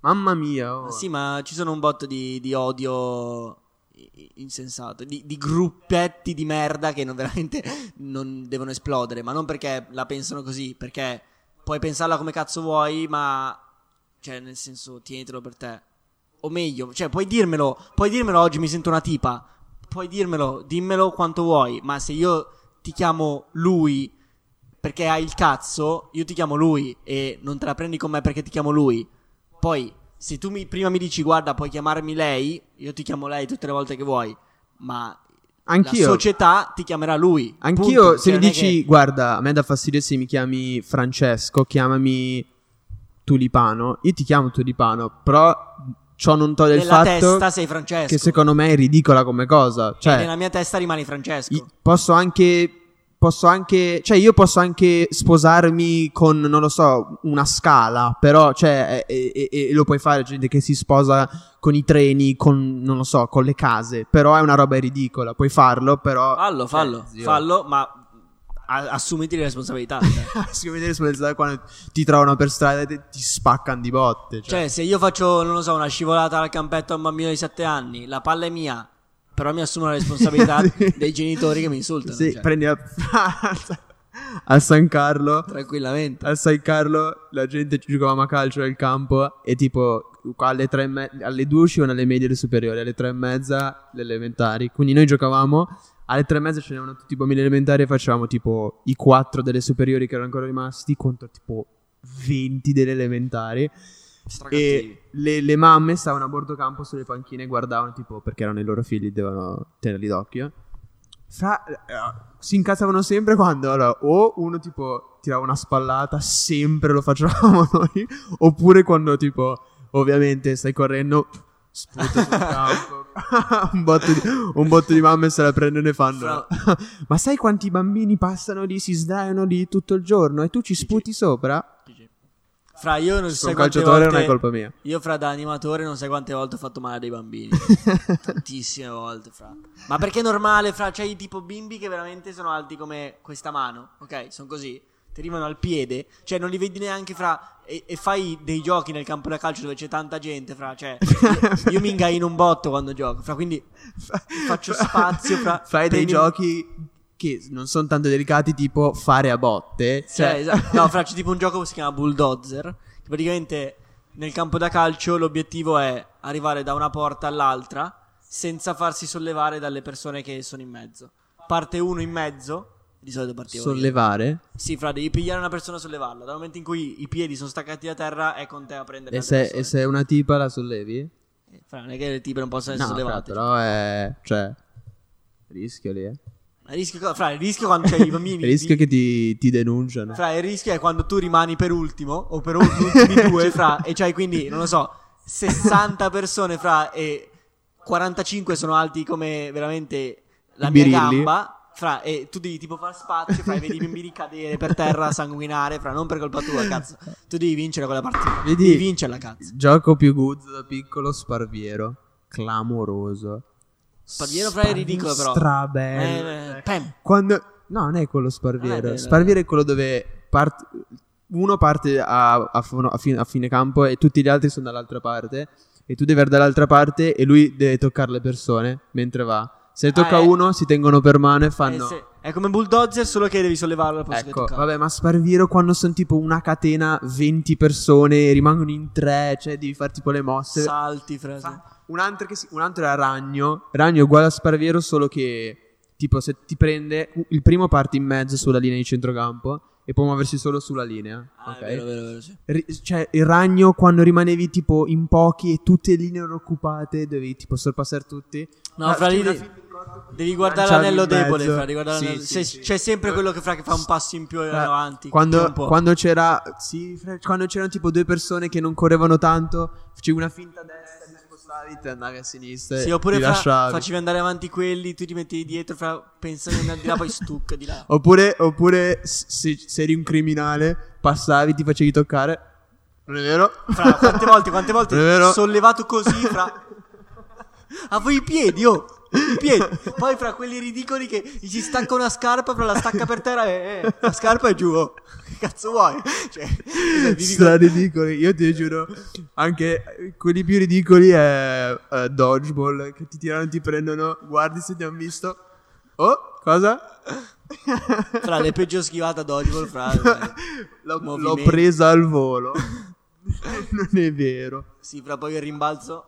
[SPEAKER 3] Mamma mia. oh.
[SPEAKER 4] Ma Sì, ma ci sono un botto di, di odio i- i- insensato, di, di gruppetti di merda che non veramente non devono esplodere, ma non perché la pensano così, perché puoi pensarla come cazzo vuoi, ma cioè nel senso tienitelo per te. O meglio, cioè puoi dirmelo, puoi dirmelo oggi mi sento una tipa, puoi dirmelo, dimmelo quanto vuoi, ma se io ti chiamo lui perché hai il cazzo, io ti chiamo lui e non te la prendi con me perché ti chiamo lui. Poi, se tu mi- prima mi dici guarda puoi chiamarmi lei, io ti chiamo lei tutte le volte che vuoi, ma
[SPEAKER 3] Anch'io.
[SPEAKER 4] la società ti chiamerà lui.
[SPEAKER 3] Anch'io,
[SPEAKER 4] punto.
[SPEAKER 3] se
[SPEAKER 4] Cioè,
[SPEAKER 3] mi
[SPEAKER 4] non è
[SPEAKER 3] dici,
[SPEAKER 4] che-
[SPEAKER 3] guarda, a me dà fastidio se mi chiami Francesco, chiamami Tulipano, io ti chiamo Tulipano, però ciò non toglie il
[SPEAKER 4] Nella
[SPEAKER 3] fatto
[SPEAKER 4] testa sei Francesco.
[SPEAKER 3] che secondo me è ridicola come cosa. Cioè,
[SPEAKER 4] nella mia testa rimani Francesco.
[SPEAKER 3] i- posso anche... Posso anche, cioè io posso anche sposarmi con, non lo so, una scala, però, cioè, e, e- e lo puoi fare, gente che si sposa con i treni, con, non lo so, con le case, però è una roba ridicola, puoi farlo, però...
[SPEAKER 4] Fallo,
[SPEAKER 3] cioè,
[SPEAKER 4] fallo,
[SPEAKER 3] zio.
[SPEAKER 4] fallo, ma a- assumiti le responsabilità. cioè.
[SPEAKER 3] Si vede responsabilità quando ti trovano per strada e te- ti spaccano di botte. Cioè,
[SPEAKER 4] Cioè, se io faccio, non lo so, una scivolata al campetto a un bambino di 7 anni, la palla è mia, però mi assumo la responsabilità
[SPEAKER 3] Sì.
[SPEAKER 4] dei genitori che mi insultano.
[SPEAKER 3] sì,
[SPEAKER 4] cioè,
[SPEAKER 3] prendi a, a San Carlo.
[SPEAKER 4] tranquillamente.
[SPEAKER 3] A San Carlo la gente giocava a calcio nel campo e tipo alle, tre e me- alle due uscivano le medie e le superiori, alle tre e mezza le elementari. Quindi noi giocavamo, alle tre e mezza c'erano tutti i bambini elementari e facevamo tipo i quattro delle superiori che erano ancora rimasti contro tipo 20 delle elementari.
[SPEAKER 4] Stracattivi.
[SPEAKER 3] E le, le mamme stavano a bordo campo sulle panchine e guardavano, tipo, perché erano i loro figli, dovevano tenerli d'occhio. Fra- eh, si incazzavano sempre quando allora, o uno tipo tirava una spallata, sempre lo facevamo noi, oppure quando tipo, ovviamente stai correndo, sputo sul campo. un, botto di, un botto di mamme se la prendono e fanno. Ma sai quanti bambini passano lì, si sdraiano lì tutto il giorno e tu ci sputi sopra?
[SPEAKER 4] Fra io non
[SPEAKER 3] Sono
[SPEAKER 4] so quante
[SPEAKER 3] calciatore,
[SPEAKER 4] volte...
[SPEAKER 3] non è colpa mia.
[SPEAKER 4] Io fra da animatore non sai quante volte ho fatto male a dei bambini. Tantissime volte, fra. Ma perché è normale, fra? C'hai tipo bimbi che veramente sono alti come questa mano, ok? Sono così. Ti arrivano al piede, cioè non li vedi neanche fra. E, e fai dei giochi nel campo da calcio dove c'è tanta gente, fra. Cioè, io, io mi ingaino un botto quando gioco, fra. Quindi faccio spazio, fra.
[SPEAKER 3] Fai dei
[SPEAKER 4] prendi-
[SPEAKER 3] giochi che non sono tanto delicati, tipo fare a botte.
[SPEAKER 4] Cioè, esatto. No, fra c'è tipo un gioco che si chiama Bulldozer. Che praticamente nel campo da calcio l'obiettivo è arrivare da una porta all'altra senza farsi sollevare dalle persone che sono in mezzo. Parte uno in mezzo, di solito partivo. io.
[SPEAKER 3] sollevare.
[SPEAKER 4] Sì, fra devi pigliare una persona e sollevarla. Dal momento in cui i piedi sono staccati da terra, è con te a prendere
[SPEAKER 3] E
[SPEAKER 4] la
[SPEAKER 3] se, e se una tipa la
[SPEAKER 4] Eh,
[SPEAKER 3] sollevi?
[SPEAKER 4] Fra, non è che le tipe non possono
[SPEAKER 3] No,
[SPEAKER 4] essere
[SPEAKER 3] fra,
[SPEAKER 4] sollevate.
[SPEAKER 3] però è. Cioè. Rischio lì, eh.
[SPEAKER 4] Ma il rischio, fra, il rischio quando c'è Cioè, i bambini.
[SPEAKER 3] rischio che ti, ti denunciano.
[SPEAKER 4] Fra il rischio è quando tu rimani per ultimo o per ul- gli ultimi due, fra, e c'hai quindi, non lo so, 60 persone, fra, e 45 sono alti come veramente la
[SPEAKER 3] I
[SPEAKER 4] mia
[SPEAKER 3] birilli.
[SPEAKER 4] gamba, fra, e tu devi tipo far spazio, fra, e vedi i bambini cadere per terra, sanguinare, fra, non per colpa tua, cazzo. Tu devi vincere quella partita,
[SPEAKER 3] Vedi?
[SPEAKER 4] devi vincerla, cazzo.
[SPEAKER 3] Gioco più guzzo da piccolo, Sparviero. Clamoroso.
[SPEAKER 4] Sparviero, fra, è ridicolo, però.
[SPEAKER 3] Strabello. Ecco.
[SPEAKER 4] Eh, eh, pam.
[SPEAKER 3] Quando... No, non è quello
[SPEAKER 4] Ah, è
[SPEAKER 3] Sparviero.
[SPEAKER 4] vero,
[SPEAKER 3] Sparviero è quello dove part- uno parte a, a fu- a fine, a fine campo e tutti gli altri sono dall'altra parte. E tu devi andare dall'altra parte e lui deve toccare le persone mentre va. Se ne tocca
[SPEAKER 4] Ah, eh.
[SPEAKER 3] uno, si tengono per mano e
[SPEAKER 4] Eh,
[SPEAKER 3] fanno.
[SPEAKER 4] se- è come bulldozer, solo che devi sollevarlo al posto che
[SPEAKER 3] Ecco,
[SPEAKER 4] toccava.
[SPEAKER 3] vabbè, ma Sparviero quando sono tipo una catena, 20 persone, rimangono in tre, cioè devi fare tipo le mosse.
[SPEAKER 4] Salti, fra. sì.
[SPEAKER 3] Un altro, che si- un altro era Ragno. Ragno è uguale a Sparviero, solo che tipo se ti prende il primo parte in mezzo sulla linea di centrocampo e può muoversi solo sulla linea.
[SPEAKER 4] Ah,
[SPEAKER 3] ok?
[SPEAKER 4] è vero, vero, vero, sì.
[SPEAKER 3] Ri- cioè, il ragno quando rimanevi tipo in pochi e tutte le linee erano occupate, dovevi tipo sorpassare tutti.
[SPEAKER 4] No,
[SPEAKER 3] Ma
[SPEAKER 4] fra lì
[SPEAKER 3] c'era
[SPEAKER 4] devi,
[SPEAKER 3] fin-
[SPEAKER 4] devi guardare
[SPEAKER 3] Lanciarmi
[SPEAKER 4] l'anello
[SPEAKER 3] in mezzo.
[SPEAKER 4] debole. Fra, devi guardare
[SPEAKER 3] Sì,
[SPEAKER 4] l'anello-
[SPEAKER 3] sì,
[SPEAKER 4] se-
[SPEAKER 3] sì.
[SPEAKER 4] C'è sempre quello che, fra, che fa un passo in più e
[SPEAKER 3] Eh,
[SPEAKER 4] avanti. che è
[SPEAKER 3] Quando,
[SPEAKER 4] un po'.
[SPEAKER 3] quando c'era, sì, fra- quando c'erano tipo due persone che non correvano tanto, facevi una finta a destra, ti spostavi, te andavi a sinistra.
[SPEAKER 4] Sì,
[SPEAKER 3] e
[SPEAKER 4] oppure
[SPEAKER 3] ti
[SPEAKER 4] fra,
[SPEAKER 3] lasciavi.
[SPEAKER 4] facevi andare avanti quelli, tu ti mettevi dietro, fra, pensando di andare di là, poi stucca di là.
[SPEAKER 3] Oppure, oppure s- se, se eri un criminale, passavi, ti facevi toccare. Non è vero?
[SPEAKER 4] Fra, quante volte, quante
[SPEAKER 3] Non è
[SPEAKER 4] volte
[SPEAKER 3] vero?
[SPEAKER 4] sollevato così, fra. A voi i piedi, oh! I piedi. Poi fra quelli ridicoli che gli si stacca una scarpa, fra la stacca per terra e eh, la scarpa è giù, oh. Che cazzo vuoi? Cioè, vi dico-
[SPEAKER 3] Stra ridicoli, io ti giuro. Anche eh, quelli più ridicoli è eh, Dodgeball, che ti tirano, ti prendono, guardi se ti hanno visto. Oh, cosa?
[SPEAKER 4] fra le peggio schivate ad Oliver, fra. eh,
[SPEAKER 3] L'ho, l'ho
[SPEAKER 4] movimenti.
[SPEAKER 3] presa al volo. non è vero.
[SPEAKER 4] Sì, fra poi il rimbalzo.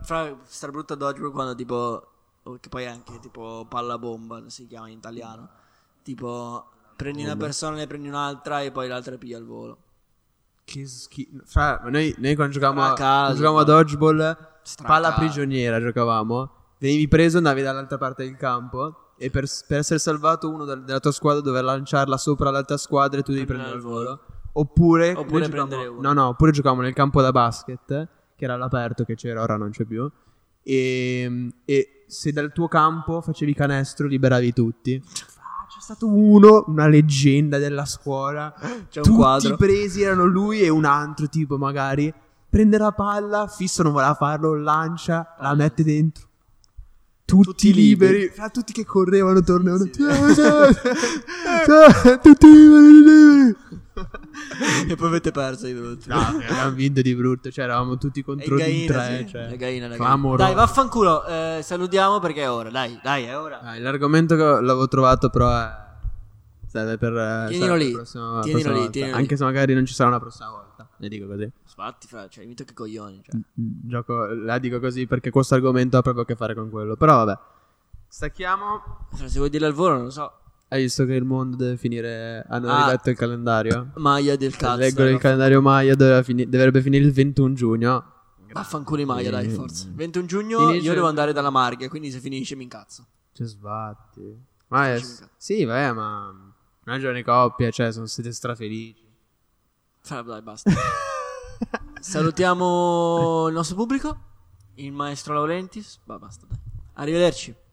[SPEAKER 4] Fra strabrutta dodgeball quando tipo. o Che poi è anche tipo palla bomba si chiama in italiano. Tipo. Prendi una persona, ne prendi un'altra e poi l'altra piglia al volo.
[SPEAKER 3] Che schifo. Fra, ma noi, noi quando giocavamo,
[SPEAKER 4] Fra
[SPEAKER 3] a-
[SPEAKER 4] caso,
[SPEAKER 3] quando giocavamo a
[SPEAKER 4] fra-
[SPEAKER 3] dodgeball,
[SPEAKER 4] Stra
[SPEAKER 3] palla
[SPEAKER 4] caso.
[SPEAKER 3] prigioniera giocavamo. Venivi preso, andavi dall'altra parte del campo. E per, per essere salvato uno dal- della tua squadra doveva lanciarla sopra l'altra squadra e tu devi prendere il volo. Oppure,
[SPEAKER 4] Oppure
[SPEAKER 3] noi
[SPEAKER 4] prendere
[SPEAKER 3] giocavamo- No,
[SPEAKER 4] uno.
[SPEAKER 3] no, oppure giocavamo nel campo da basket, che era all'aperto, che c'era, ora non c'è più. E, e se dal tuo campo facevi canestro, liberavi tutti. Ah, C'è stato uno, una leggenda della scuola.
[SPEAKER 4] C'è un
[SPEAKER 3] tutti
[SPEAKER 4] quadro.
[SPEAKER 3] presi erano lui e un altro tipo, magari. Prende la palla, fisso non voleva farlo, lancia, la mette dentro. Tutti,
[SPEAKER 4] Tutti liberi.
[SPEAKER 3] liberi, fra tutti che correvano tornavano. tutti liberi, liberi.
[SPEAKER 4] e poi avete perso di brutto.
[SPEAKER 3] No, abbiamo vinto di brutto, cioè eravamo tutti
[SPEAKER 4] E
[SPEAKER 3] Ah, contro di
[SPEAKER 4] Gaina,
[SPEAKER 3] tre,
[SPEAKER 4] sì,
[SPEAKER 3] cioè.
[SPEAKER 4] e Gaina, ragazzi.
[SPEAKER 3] clamoroso.
[SPEAKER 4] Dai, vaffanculo. eh, salutiamo perché è ora. Dai, dai, è ora.
[SPEAKER 3] Dai, l'argomento che l'avevo trovato però è serve per eh,
[SPEAKER 4] Tienilo
[SPEAKER 3] serve per
[SPEAKER 4] lì,
[SPEAKER 3] la prossima- la
[SPEAKER 4] tienilo
[SPEAKER 3] prossima
[SPEAKER 4] lì,
[SPEAKER 3] volta.
[SPEAKER 4] tienilo lì.
[SPEAKER 3] Anche se magari non ci sarà una prossima volta, ne dico così.
[SPEAKER 4] Sbatti, fra, cioè, mi tocca i coglioni.
[SPEAKER 3] Mm.
[SPEAKER 4] Cioè.
[SPEAKER 3] Gioco, la dico così perché questo argomento ha proprio a che fare con quello, però vabbè. Stacchiamo.
[SPEAKER 4] Fra, se vuoi dirlo al volo, non lo so.
[SPEAKER 3] Hai visto che il mondo deve finire hanno
[SPEAKER 4] Ah.
[SPEAKER 3] riletto il calendario?
[SPEAKER 4] Maia del cazzo. eh,
[SPEAKER 3] Leggo il
[SPEAKER 4] dai,
[SPEAKER 3] calendario Maya doveva fini- dovrebbe finire il 21 giugno.
[SPEAKER 4] Vaffanculo i Maia, dai, forza. 21 giugno
[SPEAKER 3] Finisce-
[SPEAKER 4] io devo andare dalla Marghia, quindi se finisce mi incazzo.
[SPEAKER 3] Cioè, sbatti. Ma è-
[SPEAKER 4] Sì, mica.
[SPEAKER 3] sì, vabbè, ma una giovane coppia, cioè, sono siete strafelici.
[SPEAKER 4] Fra, dai, basta. Salutiamo il nostro pubblico, il maestro Laurentis. Va, basta, dai. Arrivederci.